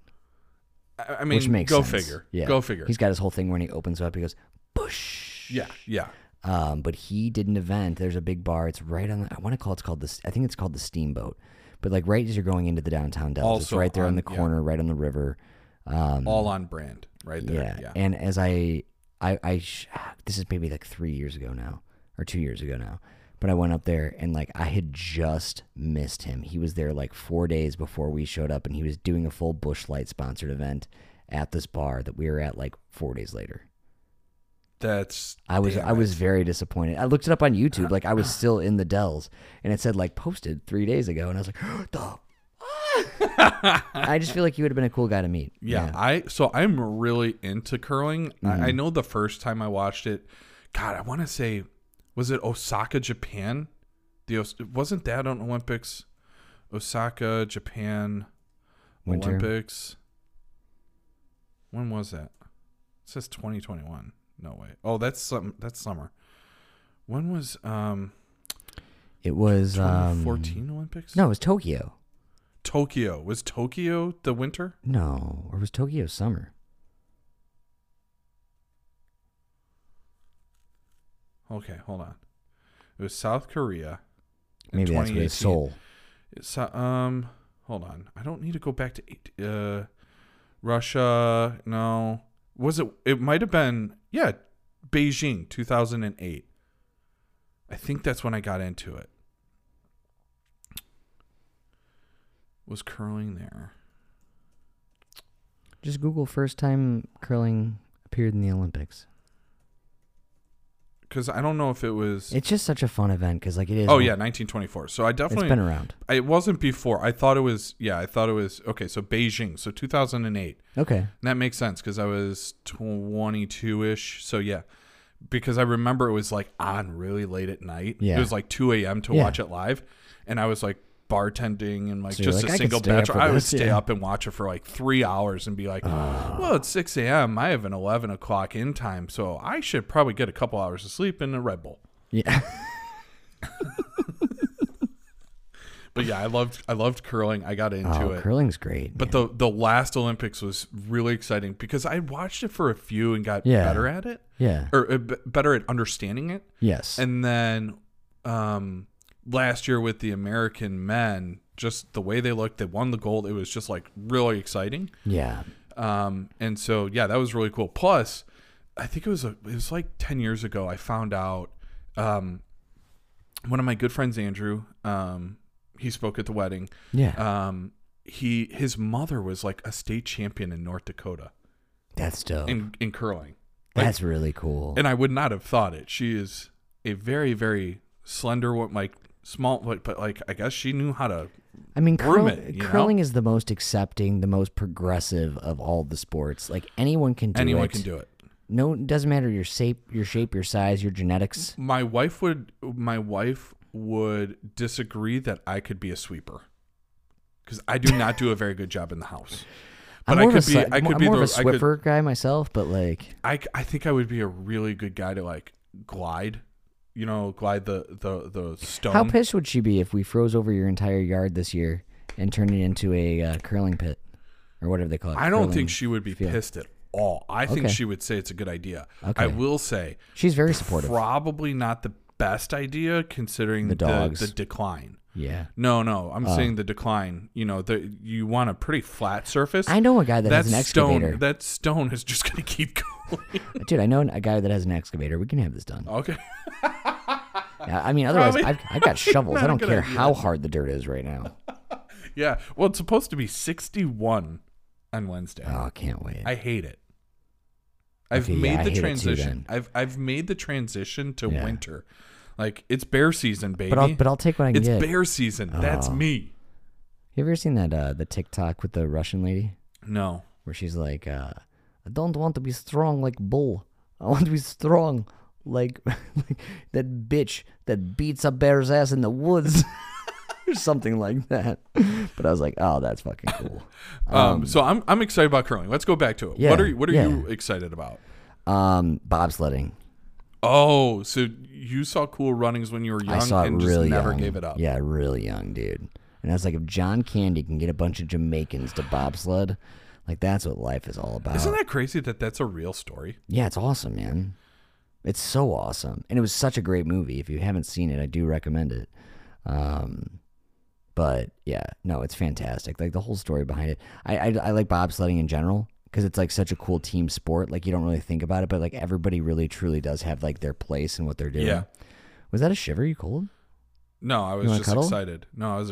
Speaker 3: I, I mean
Speaker 2: which makes
Speaker 3: go
Speaker 2: sense.
Speaker 3: figure
Speaker 2: Yeah,
Speaker 3: go figure
Speaker 2: He's got his whole thing when he opens up, he goes Bush.
Speaker 3: yeah yeah
Speaker 2: Um, but he did an event. There's a big bar. It's right on. The, I want to call it's called this. I think it's called the Steamboat. But like right as you're going into the downtown Dells, it's
Speaker 3: Also
Speaker 2: right there on
Speaker 3: on-
Speaker 2: the
Speaker 3: yeah.
Speaker 2: corner, right on the river. Um,
Speaker 3: all on brand right there
Speaker 2: Mm. yeah.
Speaker 3: yeah
Speaker 2: And as I, I, I sh- ah, this is maybe like three years ago now or two years ago now, but I went up there and like I had just missed him. He was there like four days before we showed up, and he was doing a full Bush Light sponsored event at this bar that we were at like four days later.
Speaker 3: that's
Speaker 2: I was
Speaker 3: damn
Speaker 2: I
Speaker 3: it.
Speaker 2: was very disappointed. I looked it up on YouTube, like I was
Speaker 3: <clears throat>
Speaker 2: still in the Dells, and it said like posted three days ago, and I was like, <gasps> the. I just feel like you would have been a cool guy to meet.
Speaker 3: yeah, i so i'm really into curling I, I
Speaker 2: Mm-hmm.
Speaker 3: know the first time i watched it god i want to say was it osaka japan the Os- wasn't that on olympics osaka japan
Speaker 2: Winter.
Speaker 3: Olympics. When was that? It says 2021. No way. Oh, that's some that's summer. When was um
Speaker 2: It was um,
Speaker 3: 2014 Olympics?
Speaker 2: No, it was Tokyo.
Speaker 3: Tokyo. Was Tokyo the winter?
Speaker 2: No, or was Tokyo summer?
Speaker 3: Okay, hold on. It was South Korea. in
Speaker 2: Maybe that's what it's
Speaker 3: 2018.
Speaker 2: Seoul.
Speaker 3: It's, uh, um hold on. I don't need to go back to eight, uh Russia. No. Was it it might have been yeah, Beijing 2008. I think that's when I got into it. Was curling there.
Speaker 2: Just Google first time curling appeared in the Olympics.
Speaker 3: Cuz I don't know if it was
Speaker 2: It's just such a fun event because like it is.
Speaker 3: Oh yeah, 1924. So I
Speaker 2: it's
Speaker 3: definitely
Speaker 2: been around.
Speaker 3: it wasn't before. I thought it was yeah, I thought it was okay, so Beijing. So 2008.
Speaker 2: Okay,
Speaker 3: And that makes sense because I was 22 ish. So, yeah, because I remember it was like on really late at night.
Speaker 2: Yeah.
Speaker 3: It was like 2 a.m. to
Speaker 2: Yeah.
Speaker 3: watch it live. And I was like bartending and like
Speaker 2: So you're
Speaker 3: just
Speaker 2: like,
Speaker 3: a
Speaker 2: "I could
Speaker 3: single
Speaker 2: stay up
Speaker 3: batch.
Speaker 2: for
Speaker 3: I would
Speaker 2: this,"
Speaker 3: stay
Speaker 2: yeah.
Speaker 3: up and watch it for like three hours and be like, well, it's 6 a.m. I have an 11 o'clock in time. So I should probably get a couple hours of sleep and a Red Bull.
Speaker 2: yeah,
Speaker 3: But yeah, I loved I loved curling. I got into
Speaker 2: oh,
Speaker 3: it.
Speaker 2: curling's great.
Speaker 3: But the the last Olympics was really exciting because I watched it for a few and got
Speaker 2: Yeah.
Speaker 3: better at it.
Speaker 2: yeah,
Speaker 3: or uh, b- better at understanding it.
Speaker 2: yes,
Speaker 3: And then um, last year with the American men, just the way they looked. They won the gold. It was just like really exciting.
Speaker 2: Yeah.
Speaker 3: Um, and so yeah, that was really cool. Plus, I think it was a, it was like ten years ago. I found out um, one of my good friends, Andrew. Um, he spoke at the wedding.
Speaker 2: Yeah.
Speaker 3: Um, he his mother was like a state champion in North Dakota
Speaker 2: That's dope.
Speaker 3: in in curling,
Speaker 2: That's really cool.
Speaker 3: and I would not have thought it. She is a very very slender, wo- like small, like but like I guess she knew how to.
Speaker 2: I mean, curl,
Speaker 3: Grooming, you know?
Speaker 2: curling is the most accepting, the most progressive of all the sports. Like anyone can do
Speaker 3: anyone
Speaker 2: it.
Speaker 3: can do it.
Speaker 2: No, it doesn't matter your shape, your shape, your size, your genetics.
Speaker 3: My wife would my wife would disagree that I could be a sweeper because I do not do a very good job in the house. But
Speaker 2: I'm
Speaker 3: I
Speaker 2: more
Speaker 3: could
Speaker 2: of a,
Speaker 3: be
Speaker 2: si-
Speaker 3: I
Speaker 2: more-
Speaker 3: could
Speaker 2: I'm
Speaker 3: be
Speaker 2: more
Speaker 3: the
Speaker 2: of a
Speaker 3: I, could,
Speaker 2: Swiffer guy myself, but like,
Speaker 3: I I think I would be a really good guy to like glide, you know, glide the the the stone.
Speaker 2: how pissed would she be if we froze over your entire yard this year and turned it into a uh, curling pit or whatever they call it?
Speaker 3: I don't
Speaker 2: curling.
Speaker 3: think she would be pissed at all. I think
Speaker 2: Okay.
Speaker 3: she would say it's a good idea.
Speaker 2: Okay.
Speaker 3: I will say
Speaker 2: she's very supportive.
Speaker 3: probably not the best idea considering the
Speaker 2: dogs. Oh.
Speaker 3: the, decline.
Speaker 2: yeah,
Speaker 3: No, no, I'm saying the decline. You know, the, you want a pretty flat surface.
Speaker 2: I know a guy that,
Speaker 3: that
Speaker 2: has an
Speaker 3: stone,
Speaker 2: excavator,
Speaker 3: that stone is just <laughs> going to keep going.
Speaker 2: dude. I know a guy that has an excavator. We can have this done.
Speaker 3: okay, <laughs>
Speaker 2: I I mean, otherwise,
Speaker 3: Probably-
Speaker 2: I've, I've
Speaker 3: <laughs>
Speaker 2: got shovels.
Speaker 3: not
Speaker 2: I
Speaker 3: a
Speaker 2: don't
Speaker 3: good
Speaker 2: care
Speaker 3: idea.
Speaker 2: how hard the dirt is right now.
Speaker 3: yeah. Well, it's supposed to be 61 on Wednesday.
Speaker 2: Oh, I can't wait.
Speaker 3: I hate it. I've
Speaker 2: Okay, yeah,
Speaker 3: made
Speaker 2: I
Speaker 3: the
Speaker 2: hate it too,
Speaker 3: transition.
Speaker 2: then.
Speaker 3: I've I've made the transition to
Speaker 2: Yeah.
Speaker 3: winter. Like it's bear season, baby.
Speaker 2: but I'll but I'll take what I can
Speaker 3: it's
Speaker 2: get.
Speaker 3: bear season. That's
Speaker 2: Oh.
Speaker 3: me.
Speaker 2: You ever seen that uh, the TikTok with the Russian lady
Speaker 3: No.
Speaker 2: where she's like, uh, "I don't want to be strong like bull. I want to be strong like, <laughs> like that bitch that beats a bear's ass in the woods." <laughs> Or something like that, but I was like, "Oh, that's fucking
Speaker 3: <laughs>
Speaker 2: cool."
Speaker 3: Um, so I'm I'm excited about curling. Let's go back to it.
Speaker 2: Yeah,
Speaker 3: what are you, what are
Speaker 2: yeah.
Speaker 3: you excited about?
Speaker 2: Um, bobsledding,
Speaker 3: Oh, so you saw cool runnings when you were young
Speaker 2: I saw it
Speaker 3: and
Speaker 2: really
Speaker 3: just never
Speaker 2: young.
Speaker 3: gave it up.
Speaker 2: Yeah, really young, dude. And I was like, if John Candy can get a bunch of Jamaicans to bobsled, like that's what life is all about.
Speaker 3: Isn't that crazy that that's a real story?
Speaker 2: Yeah, it's awesome, man. It's so awesome, and it was such a great movie. If you haven't seen it, I do recommend it. Um, but yeah, no, it's fantastic. Like the whole story behind it. I I, I like bobsledding in general because it's like such a cool team sport. Like you don't really think about it, but like everybody really truly does have like their place and what they're doing.
Speaker 3: Yeah.
Speaker 2: Was that a shiver? You cold?
Speaker 3: No, I was
Speaker 2: wanna
Speaker 3: just
Speaker 2: cuddle?
Speaker 3: excited. No, I was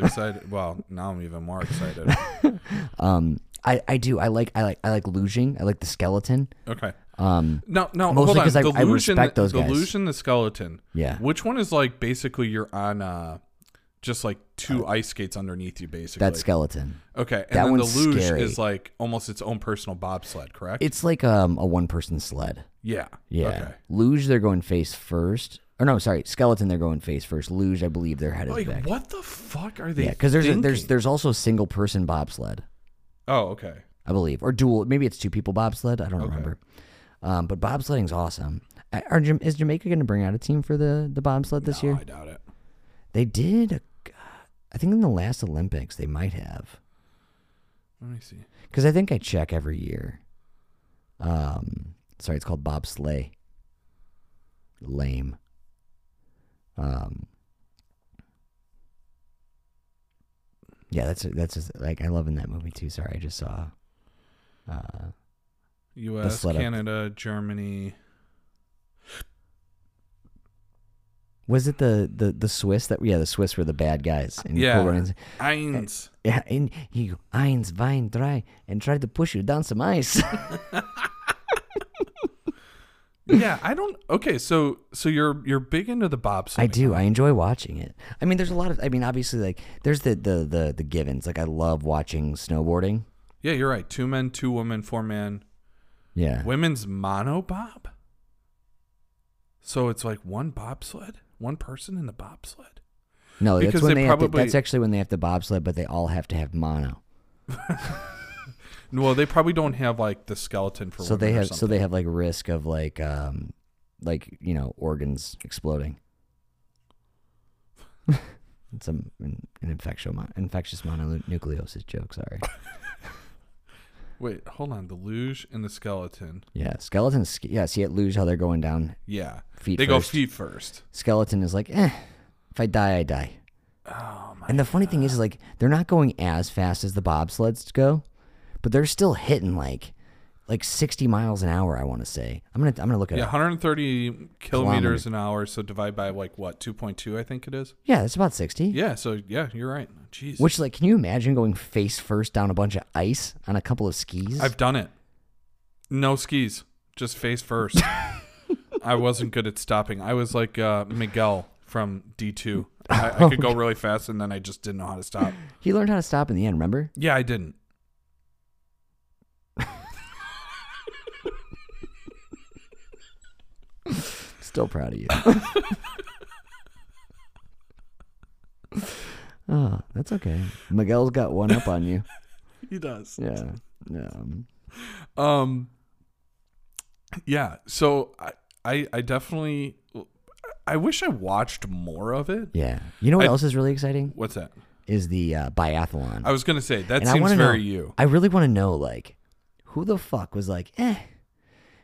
Speaker 2: <laughs>
Speaker 3: excited. well, now I'm even more excited.
Speaker 2: Um, I I do. I like I like I like luging. I like the skeleton.
Speaker 3: Okay.
Speaker 2: Um,
Speaker 3: No, no,
Speaker 2: Mostly
Speaker 3: hold on.
Speaker 2: 'cause I-
Speaker 3: the
Speaker 2: I
Speaker 3: Lucian-
Speaker 2: respect those
Speaker 3: the
Speaker 2: guys.
Speaker 3: Lucian, the skeleton.
Speaker 2: yeah.
Speaker 3: Which one is like basically you're on uh just like two
Speaker 2: Uh,
Speaker 3: ice skates underneath you basically.
Speaker 2: That skeleton.
Speaker 3: okay, and
Speaker 2: that
Speaker 3: then the
Speaker 2: one's
Speaker 3: luge
Speaker 2: scary.
Speaker 3: is like almost its own personal bobsled, correct?
Speaker 2: It's like um a one person sled.
Speaker 3: yeah.
Speaker 2: Yeah.
Speaker 3: Okay.
Speaker 2: Luge, they're going face first. Or no, sorry, skeleton, they're going face first. Luge, I believe their head is
Speaker 3: Oh, Like
Speaker 2: back.
Speaker 3: what the fuck are they?
Speaker 2: Yeah, because there's a, there's
Speaker 3: thinking?
Speaker 2: there's also single person bobsled,
Speaker 3: Oh, okay.
Speaker 2: I believe, or dual. Maybe it's two people bobsled. I don't remember. Um, but bobsledding's awesome. I- Are, Jam- is Jamaica going to bring out a team for the the bobsled this
Speaker 3: Oh,
Speaker 2: year?
Speaker 3: I doubt it.
Speaker 2: They did. A, I think in the last Olympics they might have,
Speaker 3: Let me see.
Speaker 2: because I think I check every year. Um, sorry, it's called bobsleigh. Lame. Um, yeah, that's that's just like I love in that movie too. Sorry, I just saw. Uh,
Speaker 3: US,
Speaker 2: sled up.
Speaker 3: Canada, Germany.
Speaker 2: was it the, the the Swiss that yeah the Swiss were the bad guys and Paul
Speaker 3: Yeah.
Speaker 2: Ryan's-
Speaker 3: Eins.
Speaker 2: yeah and you eins wein dry and tried to push you down some ice <laughs> Uh,
Speaker 3: <laughs> yeah, I don't Okay, so so you're you're big into the bobsled.
Speaker 2: I do. I enjoy watching it. I mean, there's a lot of. I mean, obviously, like there's the the the the givens. Like I love watching snowboarding.
Speaker 3: Yeah, you're right. Two men, two women, four men.
Speaker 2: Yeah.
Speaker 3: Women's monobob? So it's like one bobsled? One person in the bobsled?
Speaker 2: No, that's
Speaker 3: because
Speaker 2: when
Speaker 3: they
Speaker 2: they, have to,
Speaker 3: probably-
Speaker 2: that's actually when they have to bobsled, but they all have to have mono.
Speaker 3: Well, they probably don't have like the skeleton for
Speaker 2: So
Speaker 3: women
Speaker 2: they
Speaker 3: or
Speaker 2: have so
Speaker 3: something.
Speaker 2: they have like risk of like um like you know organs exploding. <laughs> it's a, an infectious mon- infectious mononucleosis joke.
Speaker 3: <laughs>
Speaker 2: Sorry.
Speaker 3: Wait, hold on. The luge and the skeleton.
Speaker 2: Yeah, skeleton. sk- Yeah, see at luge how they're going down.
Speaker 3: Yeah.
Speaker 2: Feet
Speaker 3: they go
Speaker 2: first.
Speaker 3: feet first.
Speaker 2: Skeleton is like, eh, if I die, I die.
Speaker 3: Oh, my
Speaker 2: And the funny thing is, is, like, they're not going as fast as the bobsleds go, but they're still hitting like, like sixty miles an hour. I want to say. I'm gonna I'm gonna look at
Speaker 3: yeah,
Speaker 2: yeah.
Speaker 3: 130 kilometers an hour. So divide by like what 2.2, I think it is.
Speaker 2: Yeah, that's about sixty.
Speaker 3: Yeah. So yeah, you're right. Jeez.
Speaker 2: Which, like, can you imagine going face first down a bunch of ice on a couple of skis?
Speaker 3: I've done it. No skis, just face first.
Speaker 2: <laughs>
Speaker 3: I wasn't good at stopping. I was like uh, Miguel from D2.
Speaker 2: <laughs>
Speaker 3: I, I could go really fast, and then I just didn't know how to stop.
Speaker 2: he learned how to stop in the end. Remember?
Speaker 3: Yeah, I didn't.
Speaker 2: Still proud of
Speaker 3: <laughs>
Speaker 2: you. <laughs> oh, that's okay. Miguel's got one up on you.
Speaker 3: He does.
Speaker 2: Yeah. Yeah.
Speaker 3: Um. Yeah. So I, I, I definitely. I wish I watched more of it.
Speaker 2: Yeah. You know what
Speaker 3: I-
Speaker 2: else is really exciting?
Speaker 3: What's that?
Speaker 2: Is the uh, biathlon.
Speaker 3: I was gonna say that
Speaker 2: And I
Speaker 3: seems
Speaker 2: wanna know-
Speaker 3: very you.
Speaker 2: I really want to know, like, who the fuck was like, eh,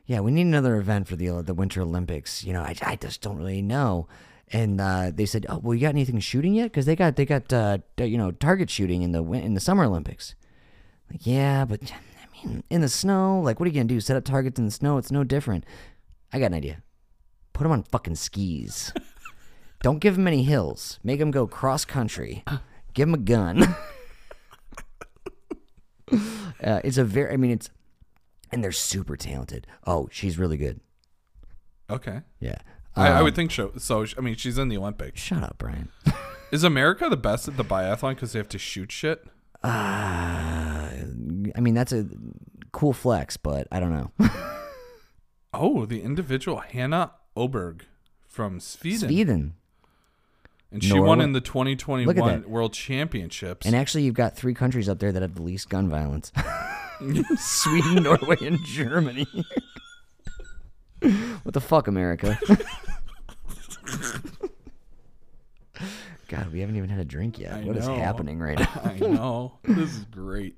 Speaker 2: yeah, we need another event for the the Winter Olympics. You know, I, I just don't really know. And uh, they said, oh, well, you got anything shooting yet? Because they got they got uh, d- you know target shooting in the win- in the Summer Olympics. Like, yeah, but I mean, in the snow, like, what are you gonna do? Set up targets in the snow? It's no different. I got an idea. Put them on fucking
Speaker 3: <laughs>
Speaker 2: skis. don't give them any hills. Make them go cross
Speaker 3: <clears throat>
Speaker 2: country. Give them a gun. <laughs> Uh, it's a very, I mean, it's, and they're super talented. Oh, she's really good.
Speaker 3: Okay.
Speaker 2: Yeah.
Speaker 3: I, I
Speaker 2: Um,
Speaker 3: would think so. So I mean, she's in the Olympics.
Speaker 2: Shut up, Brian.
Speaker 3: Is America the best at the biathlon because they have to shoot shit?
Speaker 2: I mean, that's a cool flex, but I don't know.
Speaker 3: <laughs> Oh, the individual Hannah Oberg from Sweden,
Speaker 2: Sweden.
Speaker 3: and she
Speaker 2: Norway.
Speaker 3: won in the
Speaker 2: Look at
Speaker 3: 2021
Speaker 2: that.
Speaker 3: World Championships.
Speaker 2: And actually, you've got three countries up there that have the least gun
Speaker 3: <laughs>
Speaker 2: violence <laughs> Sweden, Norway, and Germany. <laughs> what the fuck,
Speaker 3: <laughs>
Speaker 2: America? God, we haven't even had a drink yet.
Speaker 3: I
Speaker 2: What is
Speaker 3: know.
Speaker 2: happening
Speaker 3: <laughs>
Speaker 2: right now? Uh,
Speaker 3: I know this is great.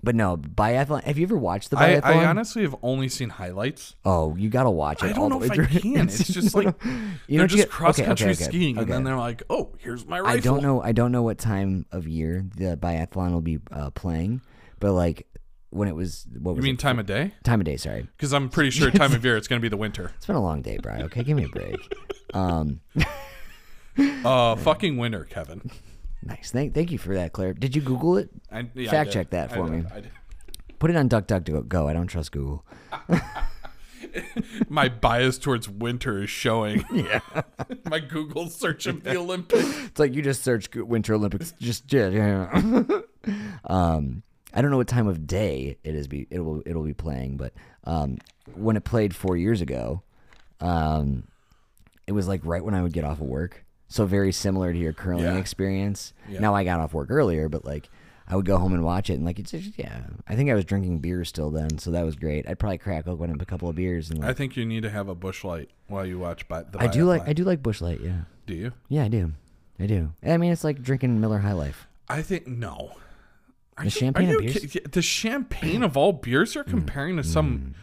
Speaker 2: But no, biathlon. Have you ever watched the
Speaker 3: I,
Speaker 2: biathlon?
Speaker 3: I honestly have only seen highlights.
Speaker 2: Oh, you gotta watch it.
Speaker 3: I
Speaker 2: all
Speaker 3: don't know
Speaker 2: the
Speaker 3: if
Speaker 2: way
Speaker 3: I
Speaker 2: through. <laughs>
Speaker 3: can. It's just like
Speaker 2: You know
Speaker 3: they're
Speaker 2: what you
Speaker 3: just
Speaker 2: get-
Speaker 3: cross
Speaker 2: okay, okay,
Speaker 3: country
Speaker 2: okay,
Speaker 3: skiing, and
Speaker 2: okay.
Speaker 3: then they're like, "Oh, here's my
Speaker 2: I
Speaker 3: rifle."
Speaker 2: don't know. I don't know what time of year the biathlon will be uh, playing, but like when it was, what
Speaker 3: You
Speaker 2: was
Speaker 3: mean
Speaker 2: it?
Speaker 3: time of day?
Speaker 2: time of day? Sorry,
Speaker 3: Because I'm
Speaker 2: <laughs>
Speaker 3: pretty sure time of year it's going to be the winter.
Speaker 2: it's been a long day, Brian. Okay, give me a break.
Speaker 3: <laughs>
Speaker 2: um,
Speaker 3: Uh, fucking winter, Kevin.
Speaker 2: nice. Thank, thank you for that, Claire. Did you Google it?
Speaker 3: I, yeah, I
Speaker 2: Fact
Speaker 3: did.
Speaker 2: check that
Speaker 3: I
Speaker 2: for
Speaker 3: did.
Speaker 2: me.
Speaker 3: I did.
Speaker 2: Put it on DuckDuckGo. I don't trust Google.
Speaker 3: My bias towards winter
Speaker 2: <laughs>
Speaker 3: is showing. Yeah. <laughs> My Google search of the Olympics.
Speaker 2: It's like you just search Go- Winter Olympics. Just yeah, yeah. <laughs> um, I don't know what time of day it is. Be it will it'll be playing, but um, when it played four years ago, um, it was like right when I would get off of work. So very similar to your curling
Speaker 3: Yeah.
Speaker 2: experience. Now I got off work earlier, but like I would go home and watch it, and like it's just, yeah. I think I was drinking beer still then, so that was great. I'd probably crack open a couple of beers and
Speaker 3: I
Speaker 2: like
Speaker 3: think you need to have a bush light while you watch bi- the
Speaker 2: I, do like
Speaker 3: biathlon.
Speaker 2: I do like Bushlight, yeah,
Speaker 3: Do you?
Speaker 2: yeah, I do, I do. I mean, it's like drinking Miller High Life.
Speaker 3: I think, no. Are
Speaker 2: The champagne
Speaker 3: are
Speaker 2: of
Speaker 3: you
Speaker 2: beers? Mm.
Speaker 3: kid- The champagne of all beers are comparing to some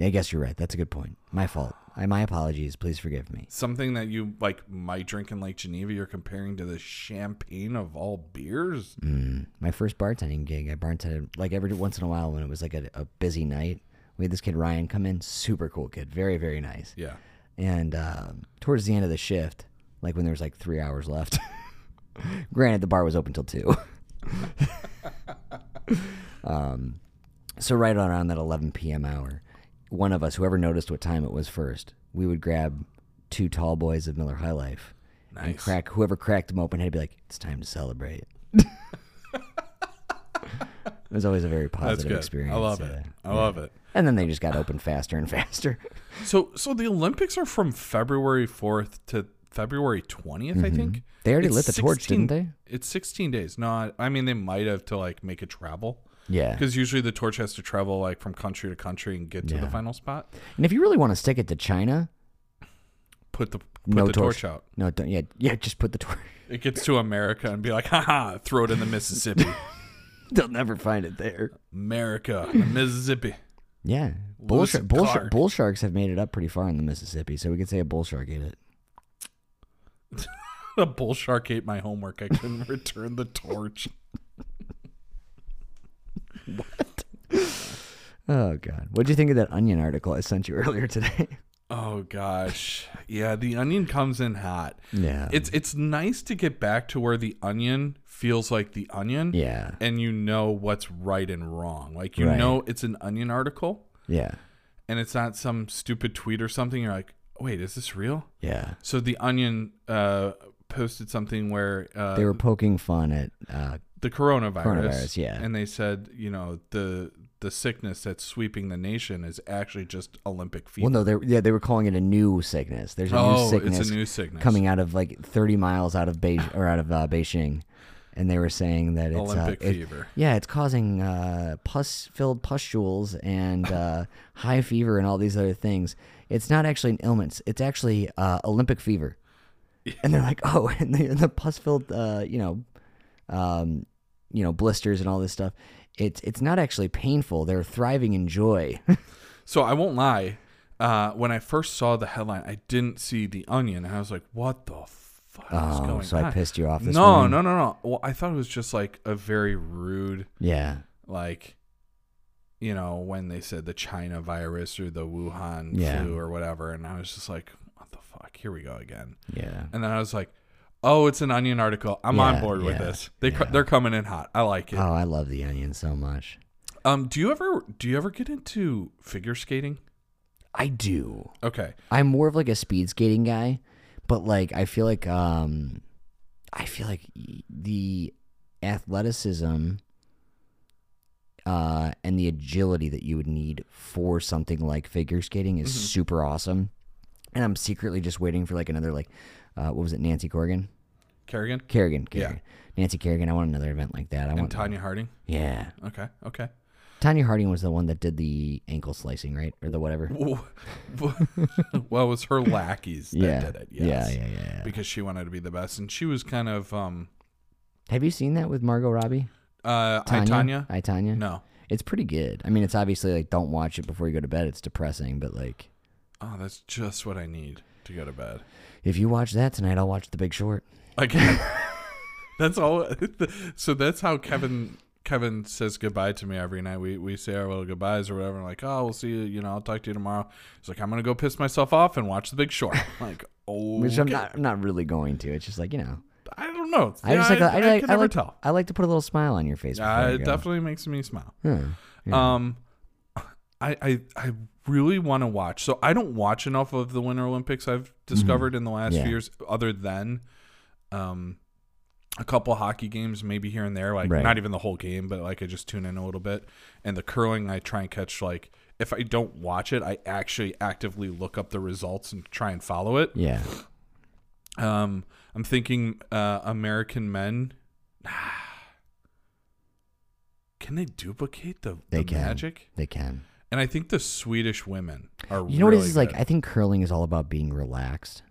Speaker 2: I guess you're right. That's a good point. My fault. I, my apologies. Please forgive me.
Speaker 3: something that you like might drink in like Geneva. You're comparing to the champagne of all beers.
Speaker 2: Mm. My first bartending gig, I bartended like every once in a while when it was like a, a busy night. We had this kid Ryan come in, super cool kid, very very nice.
Speaker 3: Yeah.
Speaker 2: And um, towards the end of the shift, like when there was like three hours left, <laughs> granted the bar was open till two. <laughs> um, so right around that 11 p.m. hour, one of us, whoever noticed what time it was first, we would grab two tall boys of Miller High Life. and
Speaker 3: Nice.
Speaker 2: crack whoever cracked them open had to be like, it's time to
Speaker 3: <laughs>
Speaker 2: celebrate. it was always a very
Speaker 3: That's
Speaker 2: positive
Speaker 3: good.
Speaker 2: experience.
Speaker 3: I love
Speaker 2: yeah.
Speaker 3: it. I love it.
Speaker 2: And then they just got open faster and <laughs> faster.
Speaker 3: So, so the Olympics are from February 4th to February 20th, I think.
Speaker 2: Mm-hmm. They already lit the torch, didn't
Speaker 3: It's 16 days. No, I- I mean, they might have to like make it travel
Speaker 2: Yeah.
Speaker 3: because usually the torch has to travel like from country to country and get to the
Speaker 2: Yeah.
Speaker 3: final spot.
Speaker 2: And if you really want to stick it to China,
Speaker 3: Put the put
Speaker 2: no
Speaker 3: the torch. out.
Speaker 2: No, don't. Yeah, yeah. Just put the torch.
Speaker 3: It gets to America and be like, haha, throw it in
Speaker 2: <laughs>
Speaker 3: the Mississippi.
Speaker 2: <laughs> They'll never find it there.
Speaker 3: America, the Mississippi. <laughs>
Speaker 2: Yeah, bull,
Speaker 3: Lewis
Speaker 2: shar-
Speaker 3: and
Speaker 2: bull, shar-
Speaker 3: Clark.
Speaker 2: bull sharks have made it up pretty far in the Mississippi, so we could say a bull shark ate it.
Speaker 3: The bull shark ate my homework. I couldn't <laughs> return the torch.
Speaker 2: Oh god. What do you think of that onion article I sent you <laughs> earlier today?
Speaker 3: Oh gosh. Yeah, the onion comes in hot.
Speaker 2: Yeah.
Speaker 3: It's it's nice to get back to where the onion feels like the onion
Speaker 2: yeah.
Speaker 3: and you know what's right and wrong. Like you
Speaker 2: Right.
Speaker 3: know it's an onion article
Speaker 2: Yeah.
Speaker 3: and it's not some stupid tweet or something. You're like, "Wait, is this real?"
Speaker 2: Yeah.
Speaker 3: So the onion uh posted something where uh,
Speaker 2: They were poking fun at uh
Speaker 3: the coronavirus,
Speaker 2: Coronavirus, yeah.
Speaker 3: and they said you know the the sickness that's sweeping the nation is actually just olympic fever
Speaker 2: well no, they were- yeah, they were calling it a new sickness. There's a new
Speaker 3: oh
Speaker 2: sickness
Speaker 3: it's a new sickness
Speaker 2: coming out of like 30 miles out of Beij- or out of uh, Beijing and they were saying that it's uh,
Speaker 3: olympic
Speaker 2: it-
Speaker 3: fever
Speaker 2: yeah, it's causing uh, pus-filled pustules and
Speaker 3: <laughs>
Speaker 2: uh, high fever and all these other things. It's not actually an ailment. It's actually uh, Olympic fever. And they're like, oh, <laughs> and the, the pus-filled, uh, you know, um, you know, blisters and all this stuff. It's it's not actually painful. They're thriving in joy. <laughs>
Speaker 3: so i won't lie uh, when i first saw the headline i didn't see the onion and i was like what the fuck is
Speaker 2: oh,
Speaker 3: going
Speaker 2: so
Speaker 3: on
Speaker 2: I pissed you off this
Speaker 3: no
Speaker 2: morning.
Speaker 3: no no no well i thought it was just like a very rude
Speaker 2: Yeah,
Speaker 3: like you know when they said the china virus or the wuhan
Speaker 2: Yeah.
Speaker 3: flu or whatever and i was just like what the fuck here we go again
Speaker 2: yeah.
Speaker 3: and then I was like, "Oh, it's an Onion article. I'm
Speaker 2: Yeah,
Speaker 3: on board with
Speaker 2: yeah,
Speaker 3: this. They co-
Speaker 2: yeah.
Speaker 3: they're coming in hot. I like it."
Speaker 2: Oh, I love the onion so much.
Speaker 3: Um, do you ever do you ever get into figure skating?
Speaker 2: I do.
Speaker 3: Okay,
Speaker 2: I'm more of like a speed skating guy, but like I feel like um I feel like y- the athleticism uh and the agility that you would need for something like figure skating
Speaker 3: Mm-hmm.
Speaker 2: is super awesome. And I'm secretly just waiting for like another like uh what was it Nancy Corrigan?
Speaker 3: Kerrigan
Speaker 2: Kerrigan,
Speaker 3: Yeah.
Speaker 2: Kerrigan. Nancy Kerrigan, I want another event like that. I
Speaker 3: and
Speaker 2: want
Speaker 3: Tanya Harding.
Speaker 2: Yeah.
Speaker 3: Okay, okay.
Speaker 2: Tanya Harding was the one that did the ankle slicing, right? Or the whatever.
Speaker 3: Wh- wh- <laughs> well, it was her lackeys that
Speaker 2: yeah.
Speaker 3: did it. Yes.
Speaker 2: yeah. Yeah, yeah, yeah.
Speaker 3: Because she wanted to be the best, and she was kind of um,
Speaker 2: Have you seen that with Margot Robbie?
Speaker 3: uh, I Tanya.
Speaker 2: I Tanya.
Speaker 3: No,
Speaker 2: It's pretty good. I mean, it's obviously like don't watch it before you go to bed. It's depressing, but like
Speaker 3: oh, that's just what I need to go to bed.
Speaker 2: if you watch that tonight, I'll watch The Big Short.
Speaker 3: Like <laughs> that's all. <laughs> so that's how Kevin Kevin says goodbye to me every night. We we say our little goodbyes or whatever. i like, oh, we'll see you. You know, I'll talk to you tomorrow. He's like, I'm gonna go piss myself off and watch The Big Short. I'm like, oh,
Speaker 2: <laughs> Which I'm not. I'm not really going to. It's just like you know.
Speaker 3: I don't know.
Speaker 2: I just like.
Speaker 3: I,
Speaker 2: I,
Speaker 3: I
Speaker 2: like.
Speaker 3: can
Speaker 2: I
Speaker 3: never
Speaker 2: like.
Speaker 3: tell.
Speaker 2: I like to put a little smile on your face. before you
Speaker 3: Uh, it
Speaker 2: go. Hmm.
Speaker 3: definitely makes me smile.
Speaker 2: Huh.
Speaker 3: Um, I I I really want to watch. So I don't watch enough of the Winter Olympics. I've discovered in the last
Speaker 2: Hmm. Yeah.
Speaker 3: few years, other than, um, a couple hockey games maybe here and there. Like
Speaker 2: Right.
Speaker 3: not even the whole game, but like I just tune in a little bit. And the curling, I try and catch like. If I don't watch it, I actually actively look up the results and try and follow it.
Speaker 2: Yeah.
Speaker 3: Um, I'm thinking uh, American Men. <sighs> Can they duplicate the,
Speaker 2: They
Speaker 3: the
Speaker 2: can.
Speaker 3: magic?
Speaker 2: They can.
Speaker 3: And I think the Swedish women are.
Speaker 2: You know what it
Speaker 3: really
Speaker 2: is? Is like
Speaker 3: good.
Speaker 2: I think curling is all about being relaxed.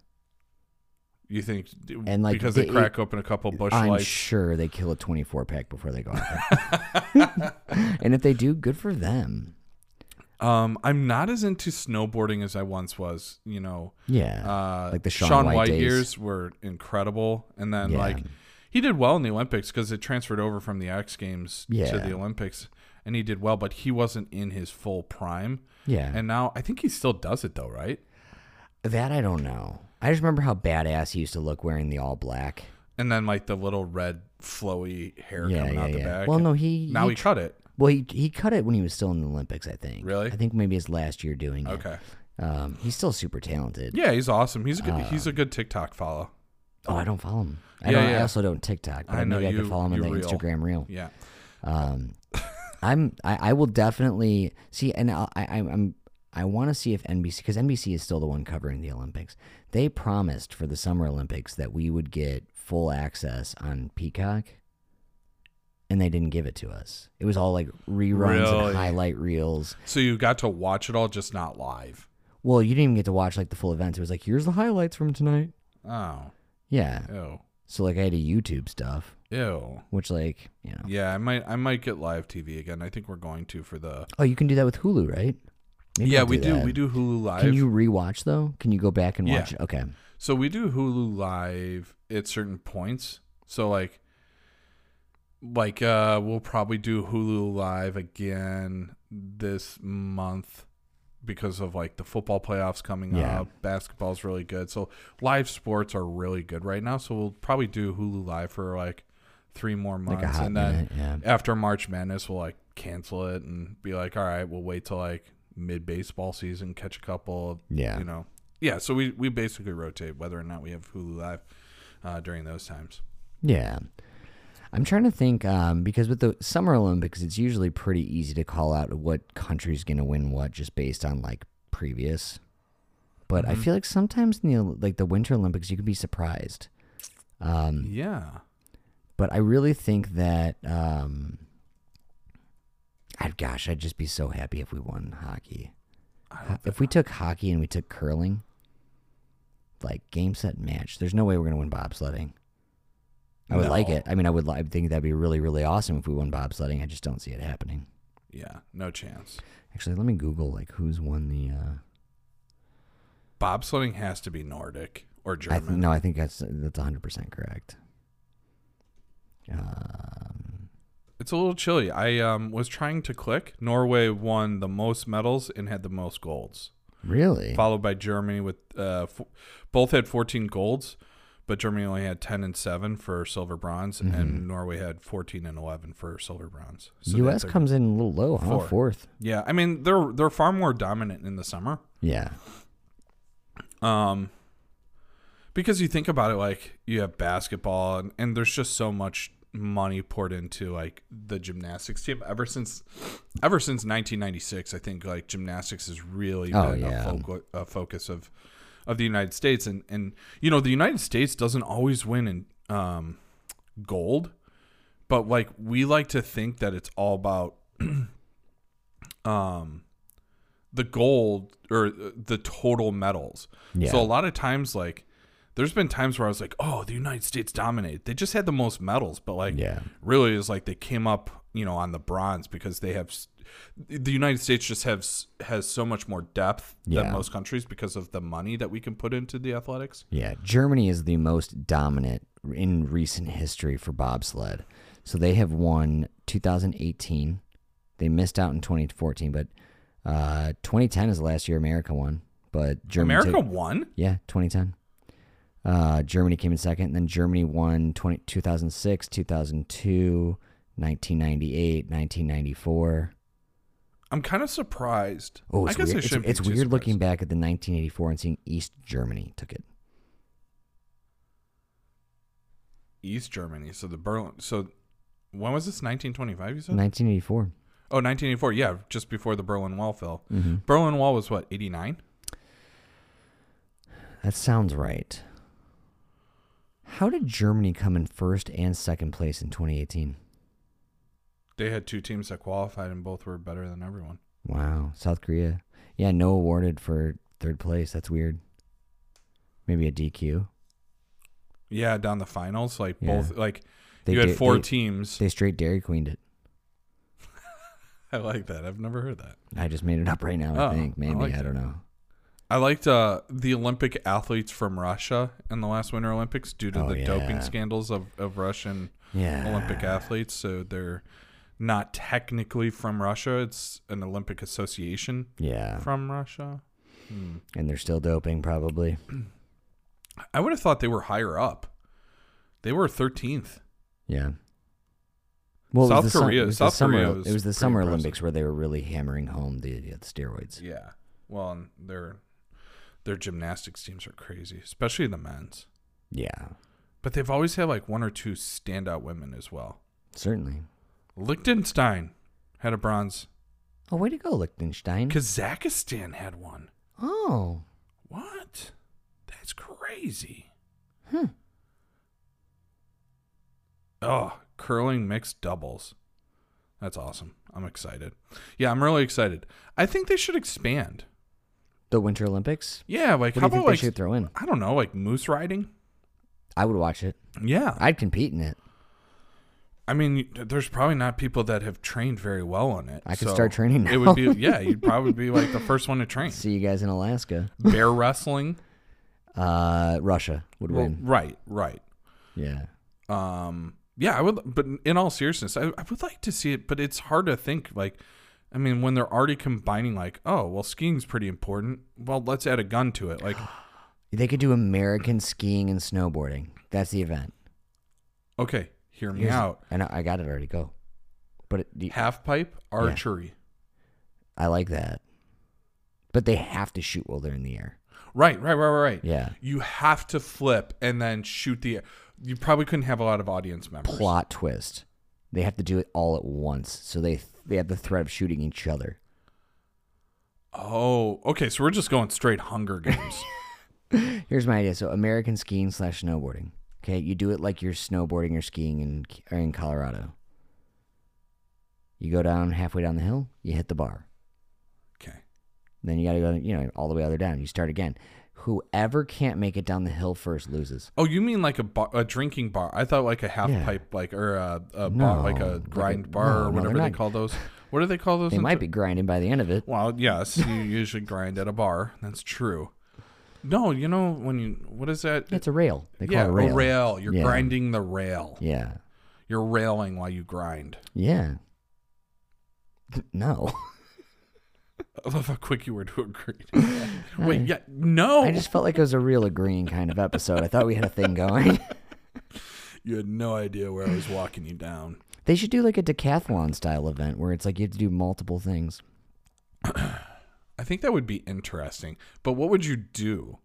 Speaker 3: you think,
Speaker 2: and,
Speaker 3: and
Speaker 2: like,
Speaker 3: like because they,
Speaker 2: they-
Speaker 3: crack open a couple bush
Speaker 2: I'm
Speaker 3: lights.
Speaker 2: sure they kill a 24 pack before they go out
Speaker 3: <laughs>
Speaker 2: there. and if they do, good for them.
Speaker 3: um, I'm not as into snowboarding as I once was. You know,
Speaker 2: Yeah.
Speaker 3: uh,
Speaker 2: Like the Shaun
Speaker 3: Shaun
Speaker 2: White
Speaker 3: White
Speaker 2: days.
Speaker 3: years were incredible, and then
Speaker 2: Yeah.
Speaker 3: like he did well in the Olympics because it transferred over from the X Games
Speaker 2: Yeah.
Speaker 3: to the Olympics, and he did well, but he wasn't in his full prime.
Speaker 2: yeah.
Speaker 3: And now I think he still does it though, right?
Speaker 2: That I don't know. I just remember how badass he used to look wearing the all black.
Speaker 3: And then like the little red flowy hair
Speaker 2: Yeah,
Speaker 3: coming
Speaker 2: yeah,
Speaker 3: out the
Speaker 2: yeah.
Speaker 3: back.
Speaker 2: Well, no, he
Speaker 3: now
Speaker 2: he,
Speaker 3: he cut it.
Speaker 2: well he he cut it when he was still in the Olympics, I think.
Speaker 3: Really?
Speaker 2: I think maybe his last year doing it.
Speaker 3: Okay.
Speaker 2: Um, he's still super talented.
Speaker 3: Yeah, he's awesome. He's a good, he's
Speaker 2: Uh.
Speaker 3: a good TikTok follow.
Speaker 2: Oh, I don't follow him. I,
Speaker 3: Yeah,
Speaker 2: don't, I
Speaker 3: yeah.
Speaker 2: also don't TikTok, but
Speaker 3: I know,
Speaker 2: maybe I could
Speaker 3: you-
Speaker 2: follow him on
Speaker 3: you
Speaker 2: the
Speaker 3: reel.
Speaker 2: Instagram reel.
Speaker 3: Yeah.
Speaker 2: Um, I'm I, I will definitely see, and I'll- I I, I'm I want to see if NBC because NBC is still the one covering the Olympics. They promised for the Summer Olympics that we would get full access on Peacock, and they didn't give it to us. It was all like reruns
Speaker 3: Really?
Speaker 2: and highlight reels.
Speaker 3: So you got to watch it all, just not live.
Speaker 2: Well, you didn't even get to watch like the full events. It was like here's the highlights from tonight.
Speaker 3: Oh,
Speaker 2: Yeah,
Speaker 3: ew,
Speaker 2: so like I had a YouTube stuff,
Speaker 3: ew.
Speaker 2: which like you know.
Speaker 3: Yeah, I might, I might get live TV again. I think we're going to for the.
Speaker 2: Oh, you can do that with Hulu, right? Maybe
Speaker 3: yeah,
Speaker 2: I'll
Speaker 3: we do.
Speaker 2: that.
Speaker 3: We do Hulu live.
Speaker 2: Can you rewatch though? Can you go back and
Speaker 3: Yeah.
Speaker 2: watch it? Okay.
Speaker 3: So we do Hulu Live at certain points. So like like uh we'll probably do Hulu Live again this month because of like the football playoffs coming
Speaker 2: Yeah.
Speaker 3: up. Basketball's really good. So live sports are really good right now. So we'll probably do Hulu Live for like three more months
Speaker 2: like a hot
Speaker 3: and then
Speaker 2: minute. Yeah.
Speaker 3: after March Madness, we'll like cancel it and be like, all right, we'll wait till like mid baseball season, catch a couple,
Speaker 2: Yeah.
Speaker 3: you know. Yeah, so we, we basically rotate whether or not we have Hulu Live uh, during those times.
Speaker 2: Yeah. I'm trying to think um, because with the Summer Olympics, it's usually pretty easy to call out what country's going to win what just based on like previous. But
Speaker 3: Mm-hmm.
Speaker 2: I feel like sometimes in the Ol- like the Winter Olympics, you can be surprised. Um,
Speaker 3: Yeah.
Speaker 2: but I really think that, um, I, gosh, I'd just be so happy if we won hockey.
Speaker 3: I
Speaker 2: Ho- If we took hockey and we took curling, like game set match, there's no way we're gonna win bobsledding. I would like
Speaker 3: No.
Speaker 2: it. I mean, I would. Li- I think that'd be really, really awesome if we won bobsledding. I just don't see it happening.
Speaker 3: Yeah, no chance.
Speaker 2: Actually, let me Google like who's won the. Uh,
Speaker 3: Bobsledding has to be Nordic or
Speaker 2: I
Speaker 3: German.
Speaker 2: th- no, I think that's that's 100 percent correct. Um,
Speaker 3: It's a little chilly. I um, was trying to click. Norway won the most medals and had the most golds.
Speaker 2: really?
Speaker 3: followed by Germany with uh, f- both had 14 golds, but Germany only had 10 and 7 for silver bronze, and Norway had 14 and 11 for silver bronze. they
Speaker 2: U.S.
Speaker 3: took-
Speaker 2: comes in a little low, huh?
Speaker 3: Four.
Speaker 2: Fourth.
Speaker 3: yeah, I mean they're they're far more dominant in the summer,
Speaker 2: Yeah.
Speaker 3: um, because you think about it, like you have basketball, and, and there's just so much money poured into like the gymnastics team ever since ever since 1996 i think like gymnastics has really
Speaker 2: Oh,
Speaker 3: been
Speaker 2: yeah.
Speaker 3: a, foco- a focus of of the united states and and you know the united states doesn't always win in um gold but like we like to think that it's all about <clears throat> um the gold or uh, the total medals
Speaker 2: Yeah.
Speaker 3: so a lot of times like there's been times where i was like oh the united states dominated they just had the most medals but like
Speaker 2: Yeah.
Speaker 3: really is like they came up you know on the bronze because they have s- the united states just has has so much more depth
Speaker 2: Yeah.
Speaker 3: than most countries because of the money that we can put into the athletics
Speaker 2: Yeah, Germany is the most dominant in recent history for bobsled. So they have won 2018. They missed out in 2014, but uh, 2010 is the last year America won. But Germany,
Speaker 3: america
Speaker 2: took-
Speaker 3: won
Speaker 2: yeah, 2010. Uh, Germany came in second, and then Germany won 20, 2006, 2002, 1998, 1994.
Speaker 3: i'm kind of surprised
Speaker 2: Oh,
Speaker 3: i
Speaker 2: it's
Speaker 3: guess
Speaker 2: weird.
Speaker 3: i
Speaker 2: It's,
Speaker 3: shouldn't be
Speaker 2: it's
Speaker 3: too
Speaker 2: weird
Speaker 3: surprised.
Speaker 2: looking back at the 1984 and seeing East Germany took it.
Speaker 3: east germany so the berlin so when was this 1925 you said
Speaker 2: 1984.
Speaker 3: oh 1984 yeah just before the berlin wall fell
Speaker 2: Mm-hmm.
Speaker 3: berlin wall was what 89
Speaker 2: That sounds right. How did Germany come in first and second place in 2018?
Speaker 3: they had two teams that qualified and both were better than everyone
Speaker 2: Wow. South Korea. Yeah, no awarded for third place. That's weird. Maybe a DQ.
Speaker 3: yeah down the finals like
Speaker 2: Yeah.
Speaker 3: both like
Speaker 2: They
Speaker 3: you had
Speaker 2: da-
Speaker 3: four
Speaker 2: they-
Speaker 3: teams
Speaker 2: They straight Dairy Queened it.
Speaker 3: I like that. I've never heard that.
Speaker 2: I just made it up right now,
Speaker 3: Oh,
Speaker 2: I think.
Speaker 3: I
Speaker 2: Maybe. I,
Speaker 3: like that.
Speaker 2: don't know.
Speaker 3: I liked uh, the Olympic athletes from Russia in the last Winter Olympics due to
Speaker 2: Oh,
Speaker 3: the
Speaker 2: yeah. Ah.
Speaker 3: doping scandals of, of Russian
Speaker 2: Yeah.
Speaker 3: Olympic athletes. So they're not technically from Russia. It's an Olympic association
Speaker 2: Yeah.
Speaker 3: from Russia. Hmm.
Speaker 2: And they're still doping, probably.
Speaker 3: I would have thought they were higher up. They were 13th.
Speaker 2: Yeah. Well, it
Speaker 3: South
Speaker 2: was the sum-
Speaker 3: Korea-
Speaker 2: it was the
Speaker 3: South
Speaker 2: summer,
Speaker 3: Korea was
Speaker 2: it was the
Speaker 3: pretty
Speaker 2: Summer
Speaker 3: impressive.
Speaker 2: Olympics where they were really hammering home the, the steroids.
Speaker 3: Yeah. Well, and their their gymnastics teams are crazy, especially the men's.
Speaker 2: Yeah,
Speaker 3: But they've always had like one or two standout women as well.
Speaker 2: certainly.
Speaker 3: Liechtenstein had a bronze.
Speaker 2: Oh, way to go, Liechtenstein.
Speaker 3: Kazakhstan had one.
Speaker 2: Oh,
Speaker 3: What? That's crazy.
Speaker 2: hmm.
Speaker 3: Oh, curling mixed doubles. That's awesome. I'm excited. Yeah, I'm really excited. I think they should expand.
Speaker 2: The Winter Olympics.
Speaker 3: Yeah, like
Speaker 2: What
Speaker 3: how
Speaker 2: do you think
Speaker 3: about
Speaker 2: they
Speaker 3: like
Speaker 2: should throw in?
Speaker 3: I don't know, like moose riding.
Speaker 2: I would watch it.
Speaker 3: Yeah,
Speaker 2: I'd compete in it.
Speaker 3: I mean, there's probably not people that have trained very well on it.
Speaker 2: I could
Speaker 3: so
Speaker 2: start training now. <laughs>
Speaker 3: It would be yeah, you'd probably be like the first one to train.
Speaker 2: See you guys in Alaska.
Speaker 3: Bear wrestling.
Speaker 2: uh, Russia would win.
Speaker 3: Right, right.
Speaker 2: Yeah.
Speaker 3: Um, yeah, I would, but in all seriousness, I, I would like to see it, but it's hard to think. Like, I mean, when they're already combining, like, oh, well, skiing's pretty important. Well, let's add a gun
Speaker 2: <gasps>
Speaker 3: to it. Like,
Speaker 2: They could do American skiing and snowboarding. That's the event.
Speaker 3: okay, hear me
Speaker 2: Here's-
Speaker 3: out.
Speaker 2: I know I got it already. Go. But it, do you-
Speaker 3: Half pipe archery.
Speaker 2: I like that. But they have to shoot while they're in the air.
Speaker 3: Right, right, right, right, right.
Speaker 2: Yeah.
Speaker 3: You have to flip and then shoot the. You probably couldn't have a lot of audience members.
Speaker 2: Plot twist. They have to do it all at once. So they they have the threat of shooting each other.
Speaker 3: Oh, okay. So we're just going straight
Speaker 2: <laughs>
Speaker 3: Hunger Games.
Speaker 2: Here's my idea. So American skiing slash snowboarding. Okay, you do it like you're snowboarding or skiing in or in Colorado. You go down halfway down the hill, you hit the bar.
Speaker 3: okay.
Speaker 2: Then you got to go, you know, all the way other down. You start again. Whoever can't make it down the hill first loses.
Speaker 3: Oh, you mean like a bar, a drinking bar? I thought like a half
Speaker 2: Yeah.
Speaker 3: pipe, like or a, a bar, like
Speaker 2: No,
Speaker 3: a
Speaker 2: like a-
Speaker 3: grind bar
Speaker 2: no,
Speaker 3: or
Speaker 2: no,
Speaker 3: whatever
Speaker 2: they're
Speaker 3: they
Speaker 2: not-
Speaker 3: call those. What do they call those?
Speaker 2: They
Speaker 3: in
Speaker 2: might
Speaker 3: Tur-
Speaker 2: be grinding by the end of it.
Speaker 3: Well,
Speaker 2: <laughs>
Speaker 3: yes, you usually grind at a bar. That's true. No, you know when you what is that?
Speaker 2: It's a rail. They call
Speaker 3: yeah,
Speaker 2: it a rail.
Speaker 3: rail. You're
Speaker 2: Yeah.
Speaker 3: grinding the rail.
Speaker 2: Yeah.
Speaker 3: You're railing while you grind. <laughs>
Speaker 2: Yeah. No.
Speaker 3: I love how quick you were to <laughs> agree.
Speaker 2: <laughs>
Speaker 3: to that. Wait, yeah, no,
Speaker 2: I just felt like it was a real agreeing kind of episode. I thought we had a thing going. <laughs>
Speaker 3: you had no idea where I was walking you down.
Speaker 2: They should do like a decathlon style event where it's like you have to do multiple things.
Speaker 3: I think that would be interesting. But what would you do?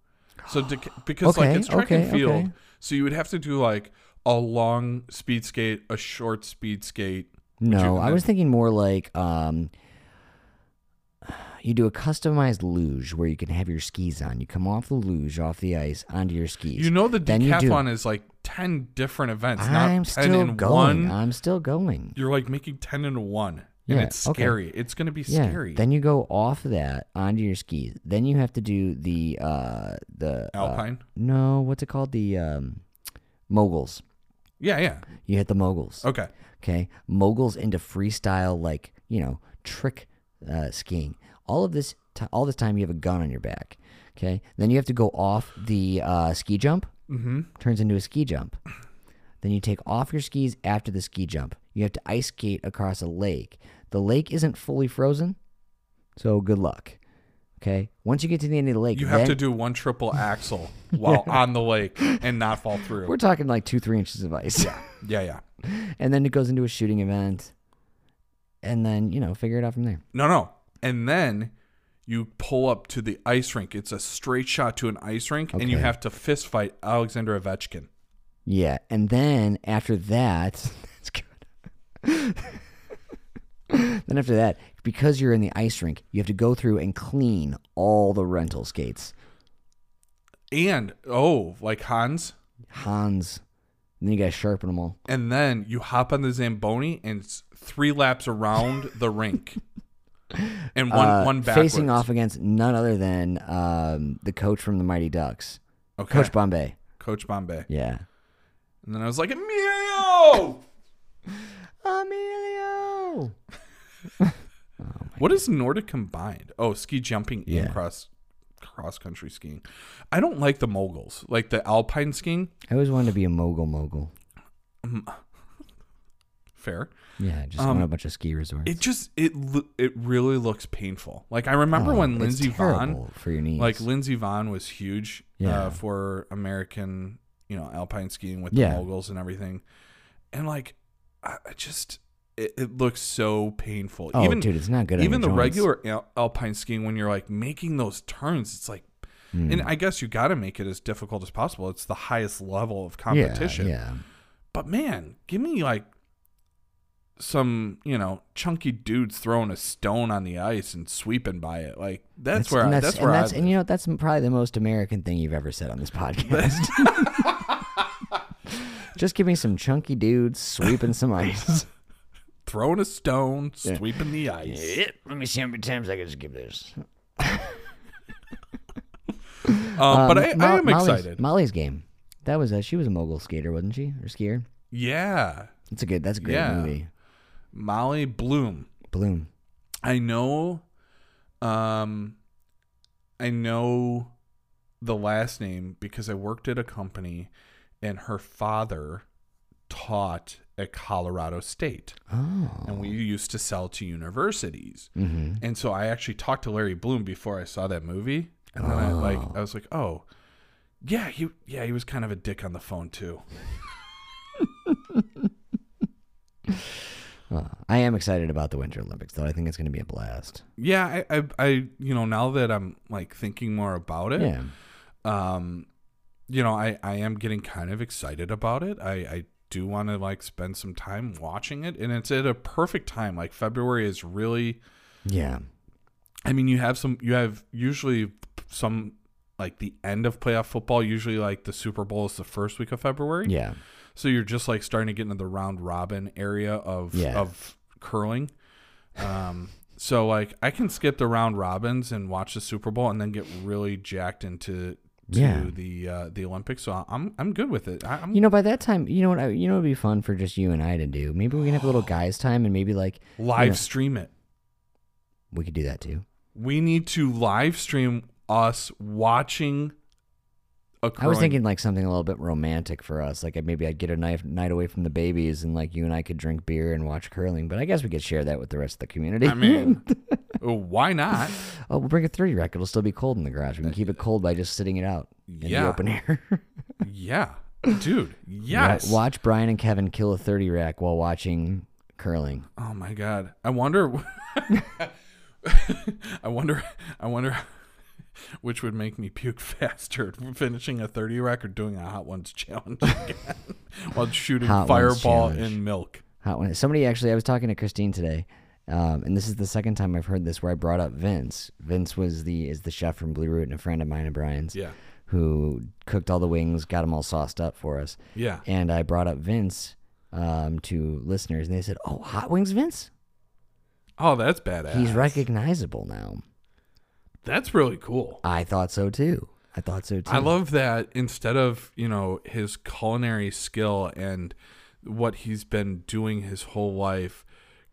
Speaker 2: <gasps>
Speaker 3: So to, because like
Speaker 2: Okay,
Speaker 3: it's track and
Speaker 2: okay,
Speaker 3: field,
Speaker 2: okay.
Speaker 3: so you would have to do like a long speed skate, a short speed skate.
Speaker 2: No,
Speaker 3: you-
Speaker 2: I was thinking more like um you do a customized luge where you can have your skis on. You come off the luge, off the ice, onto your skis.
Speaker 3: You know the
Speaker 2: Then you do-
Speaker 3: decathlon is like ten different events, not
Speaker 2: I'm
Speaker 3: ten
Speaker 2: still
Speaker 3: in
Speaker 2: going.
Speaker 3: one.
Speaker 2: I'm still going.
Speaker 3: You're like making ten in one, and
Speaker 2: Yeah,
Speaker 3: it's
Speaker 2: okay.
Speaker 3: scary. It's gonna be
Speaker 2: Yeah.
Speaker 3: scary.
Speaker 2: Then you go off that onto your skis. Then you have to do the uh the uh,
Speaker 3: Alpine,
Speaker 2: no, what's it called? The um moguls.
Speaker 3: yeah, yeah,
Speaker 2: You hit the moguls.
Speaker 3: okay.
Speaker 2: Okay. Moguls into freestyle like, you know, trick uh, skiing. All of this ti all this time you have a gun on your back. Okay. Then you have to go off the uh, ski jump.
Speaker 3: Mm-hmm.
Speaker 2: Turns into a ski jump. Then you take off your skis after the ski jump. You have to ice skate across a lake. The lake isn't fully frozen, so good luck. Okay. Once you get to the end of the lake,
Speaker 3: You have
Speaker 2: then-
Speaker 3: to do one
Speaker 2: <laughs>
Speaker 3: triple axle while on the lake and not fall through.
Speaker 2: We're talking like two, three inches of ice.
Speaker 3: yeah, yeah.
Speaker 2: <laughs> and then it goes into a shooting event. And then, you know, figure it out from there.
Speaker 3: No, no. And then you pull up to the ice rink. It's a straight shot to an ice rink, and you
Speaker 2: Okay.
Speaker 3: have to fist fight Alexander Ovechkin.
Speaker 2: Yeah. And then after that, <laughs> that's good. then after that, because you're in the ice rink, you have to go through and clean all the rental skates.
Speaker 3: And oh, like Hans.
Speaker 2: Hans. And then you got to sharpen them all.
Speaker 3: And then you hop on the Zamboni and it's three laps around the
Speaker 2: <laughs>
Speaker 3: rink. And one
Speaker 2: Uh,
Speaker 3: one backwards.
Speaker 2: facing off against none other than um, the coach from the Mighty Ducks,
Speaker 3: Okay.
Speaker 2: Coach
Speaker 3: Coach,
Speaker 2: Bombay.
Speaker 3: Bombay.
Speaker 2: Yeah.
Speaker 3: And then I was like, Emilio!
Speaker 2: <laughs> Emilio.
Speaker 3: What is Nordic combined? Oh, ski jumping
Speaker 2: Yeah.
Speaker 3: and cross cross country skiing. I don't like the moguls. Like the alpine skiing,
Speaker 2: I always wanted to be a mogul mogul.
Speaker 3: fair.
Speaker 2: Yeah, just own a bunch of ski resorts.
Speaker 3: Um, It just it lo- it really looks painful. Like I remember
Speaker 2: Oh,
Speaker 3: when
Speaker 2: it's
Speaker 3: Lindsey Vaughn,
Speaker 2: terrible for your knees.
Speaker 3: like Lindsey Vaughn, was huge
Speaker 2: Yeah.
Speaker 3: uh, for American, you know, alpine skiing with
Speaker 2: Yeah.
Speaker 3: the moguls and everything, and like I I just it, it looks so painful.
Speaker 2: oh,
Speaker 3: even
Speaker 2: dude, it's not good. on
Speaker 3: even the
Speaker 2: your joints.
Speaker 3: regular al- alpine skiing when you're like making those turns, it's like,
Speaker 2: Mm.
Speaker 3: and I guess you got to make it as difficult as possible. It's the highest level of
Speaker 2: Yeah,
Speaker 3: competition.
Speaker 2: Yeah,
Speaker 3: But man, give me like some, you know, chunky dudes throwing a stone on the ice and sweeping by it. Like that's, where I,
Speaker 2: and
Speaker 3: that's,
Speaker 2: that's,
Speaker 3: where
Speaker 2: and
Speaker 3: I
Speaker 2: that's, and you know that's probably the most American thing you've ever said on this
Speaker 3: <laughs>
Speaker 2: podcast. <laughs> Just give me some chunky dudes sweeping
Speaker 3: <laughs>
Speaker 2: some ice.
Speaker 3: throwing a stone, sweeping the ice.
Speaker 2: Let me see how many times I can skip this.
Speaker 3: Um, but I, I am
Speaker 2: Molly's,
Speaker 3: excited.
Speaker 2: Molly's game. That was a, she was a mogul skater, wasn't she, or skier?
Speaker 3: yeah,
Speaker 2: That's a good. That's a great
Speaker 3: Yeah.
Speaker 2: movie.
Speaker 3: Molly Bloom.
Speaker 2: Bloom.
Speaker 3: I know, um, I know the last name because I worked at a company and her father taught at Colorado State.
Speaker 2: Oh.
Speaker 3: And we used to sell to universities.
Speaker 2: Mm-hmm.
Speaker 3: And so I actually talked to Larry Bloom before I saw that movie. And then I like I was like, oh yeah, he yeah, he was kind of a dick on the phone too.
Speaker 2: I am excited about the Winter Olympics, though. I think it's going to be a blast.
Speaker 3: Yeah, I, I I you know, now that I'm like thinking more about it,
Speaker 2: Yeah.
Speaker 3: um you know i i am getting kind of excited about it i i do want to like spend some time watching it and it's at a perfect time like february is really
Speaker 2: Yeah.
Speaker 3: i mean you have some you have usually some like the end of playoff football usually like the super bowl is the first week of february
Speaker 2: Yeah.
Speaker 3: so you're just like starting to get into the round robin area of
Speaker 2: Yeah.
Speaker 3: of curling um so like i can skip the round robins and watch the super bowl and then get really jacked into to
Speaker 2: Yeah.
Speaker 3: the uh the olympics so i'm i'm good with it I, i'm
Speaker 2: You know, by that time, you know what? I, you know, it'd be fun for just you and I to do. Maybe we can have a little
Speaker 3: <gasps>
Speaker 2: guys' time, and maybe like
Speaker 3: live stream it
Speaker 2: we could do that too.
Speaker 3: we need to live stream us watching a
Speaker 2: I was
Speaker 3: curling-
Speaker 2: thinking like something a little bit romantic for us. Like maybe I'd get a night night away from the babies, and like you and I could drink beer and watch curling. But I guess we could share that with the rest of the community.
Speaker 3: i mean oh, why not
Speaker 2: <laughs> oh, we'll bring a thirty rack. It'll still be cold in the garage. We can keep it cold by just sitting it out in
Speaker 3: Uh, Yeah.
Speaker 2: the open air. <laughs>
Speaker 3: yeah dude yes
Speaker 2: Wa- Watch Brian and Kevin kill a thirty rack while watching curling.
Speaker 3: Oh my god. I wonder <laughs> I wonder I wonder <laughs> which would make me puke faster, <laughs> finishing a 30 rack or doing a hot ones challenge <laughs> again while shooting
Speaker 2: Hot Ones
Speaker 3: fireball
Speaker 2: challenge.
Speaker 3: in milk.
Speaker 2: Hot one. Somebody actually, I was talking to Christine today, um, and this is the second time I've heard this where I brought up Vince. Vince was the is the chef from Blue Root and a friend of mine and Brian's,
Speaker 3: Yeah.
Speaker 2: who cooked all the wings, got them all sauced up for us.
Speaker 3: Yeah.
Speaker 2: And I brought up Vince um, to listeners, and they said, "Oh, hot wings, Vince.
Speaker 3: Oh, that's badass.
Speaker 2: He's recognizable now."
Speaker 3: That's really cool.
Speaker 2: I thought so too. I thought so too.
Speaker 3: I love that instead of, you know, his culinary skill and what he's been doing his whole life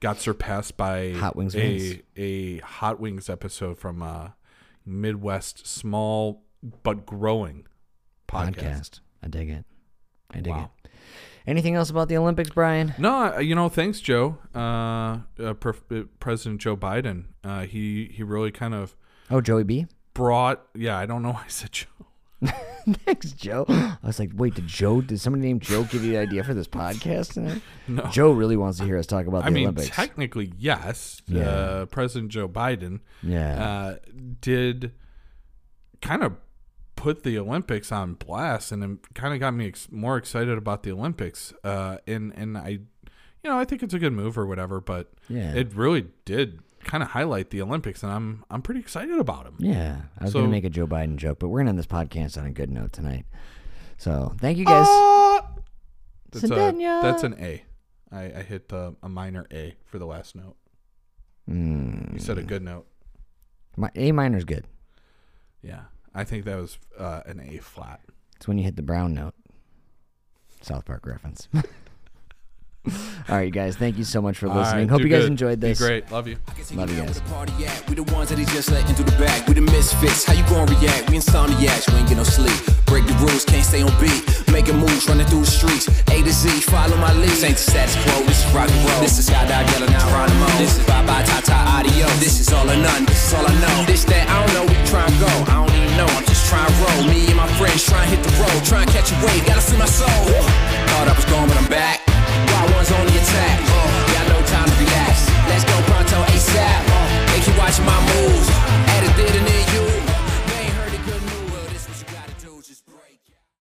Speaker 3: got surpassed by
Speaker 2: Hot Wings Vince.
Speaker 3: a, a Hot Wings episode from a Midwest small but growing podcast.
Speaker 2: podcast. I dig it. I dig
Speaker 3: Wow.
Speaker 2: it. Anything else about the Olympics, Brian?
Speaker 3: No, I- you know, thanks, Joe. Uh, uh, pre- uh, President Joe Biden. Uh, he he really kind of
Speaker 2: Oh, Joey B.
Speaker 3: brought. Yeah, I don't know why I said Joe.
Speaker 2: Thanks, Joe. <gasps> I was like, wait, did Joe? Did somebody named Joe give you the idea for this podcast? tonight?
Speaker 3: <laughs> No.
Speaker 2: Joe really wants to hear us talk about the
Speaker 3: I mean,
Speaker 2: Olympics.
Speaker 3: technically, yes.
Speaker 2: Yeah.
Speaker 3: Uh, President Joe Biden.
Speaker 2: yeah,
Speaker 3: uh, did kind of put the Olympics on blast, and it kind of got me ex- more excited about the Olympics. Uh, and and I, you know, I think it's a good move or whatever, but
Speaker 2: yeah,
Speaker 3: it really did kind of highlight the Olympics, and I'm I'm pretty excited about them.
Speaker 2: yeah. I was
Speaker 3: So-
Speaker 2: gonna make a Joe Biden joke, but we're gonna end this podcast on a good note tonight. So thank you guys.
Speaker 3: Ah! That's, a,
Speaker 2: Cendenia.
Speaker 3: that's an A. I, I hit uh, a minor A for the last note.
Speaker 2: Mm,
Speaker 3: You said a good note.
Speaker 2: my, a minor's good.
Speaker 3: Yeah, I think that was uh, an A flat.
Speaker 2: It's when you hit the brown note. South Park reference. <laughs> All right, you guys. Thank you so much for
Speaker 3: All
Speaker 2: listening.
Speaker 3: right,
Speaker 2: Hope
Speaker 3: do
Speaker 2: you guys
Speaker 3: good.
Speaker 2: enjoyed
Speaker 3: Be
Speaker 2: this.
Speaker 3: great. Love you.
Speaker 2: Love you guys.
Speaker 1: Where the party at? We the ones that they just letting through the back. We the misfits. How you gonna react? We insomniacs. We ain't get no sleep. Break the rules, can't stay on beat. Making moves, running through the streets. A to Z, follow my lead. This ain't the status quo, this is rock and roll. This is how I yelling Uh,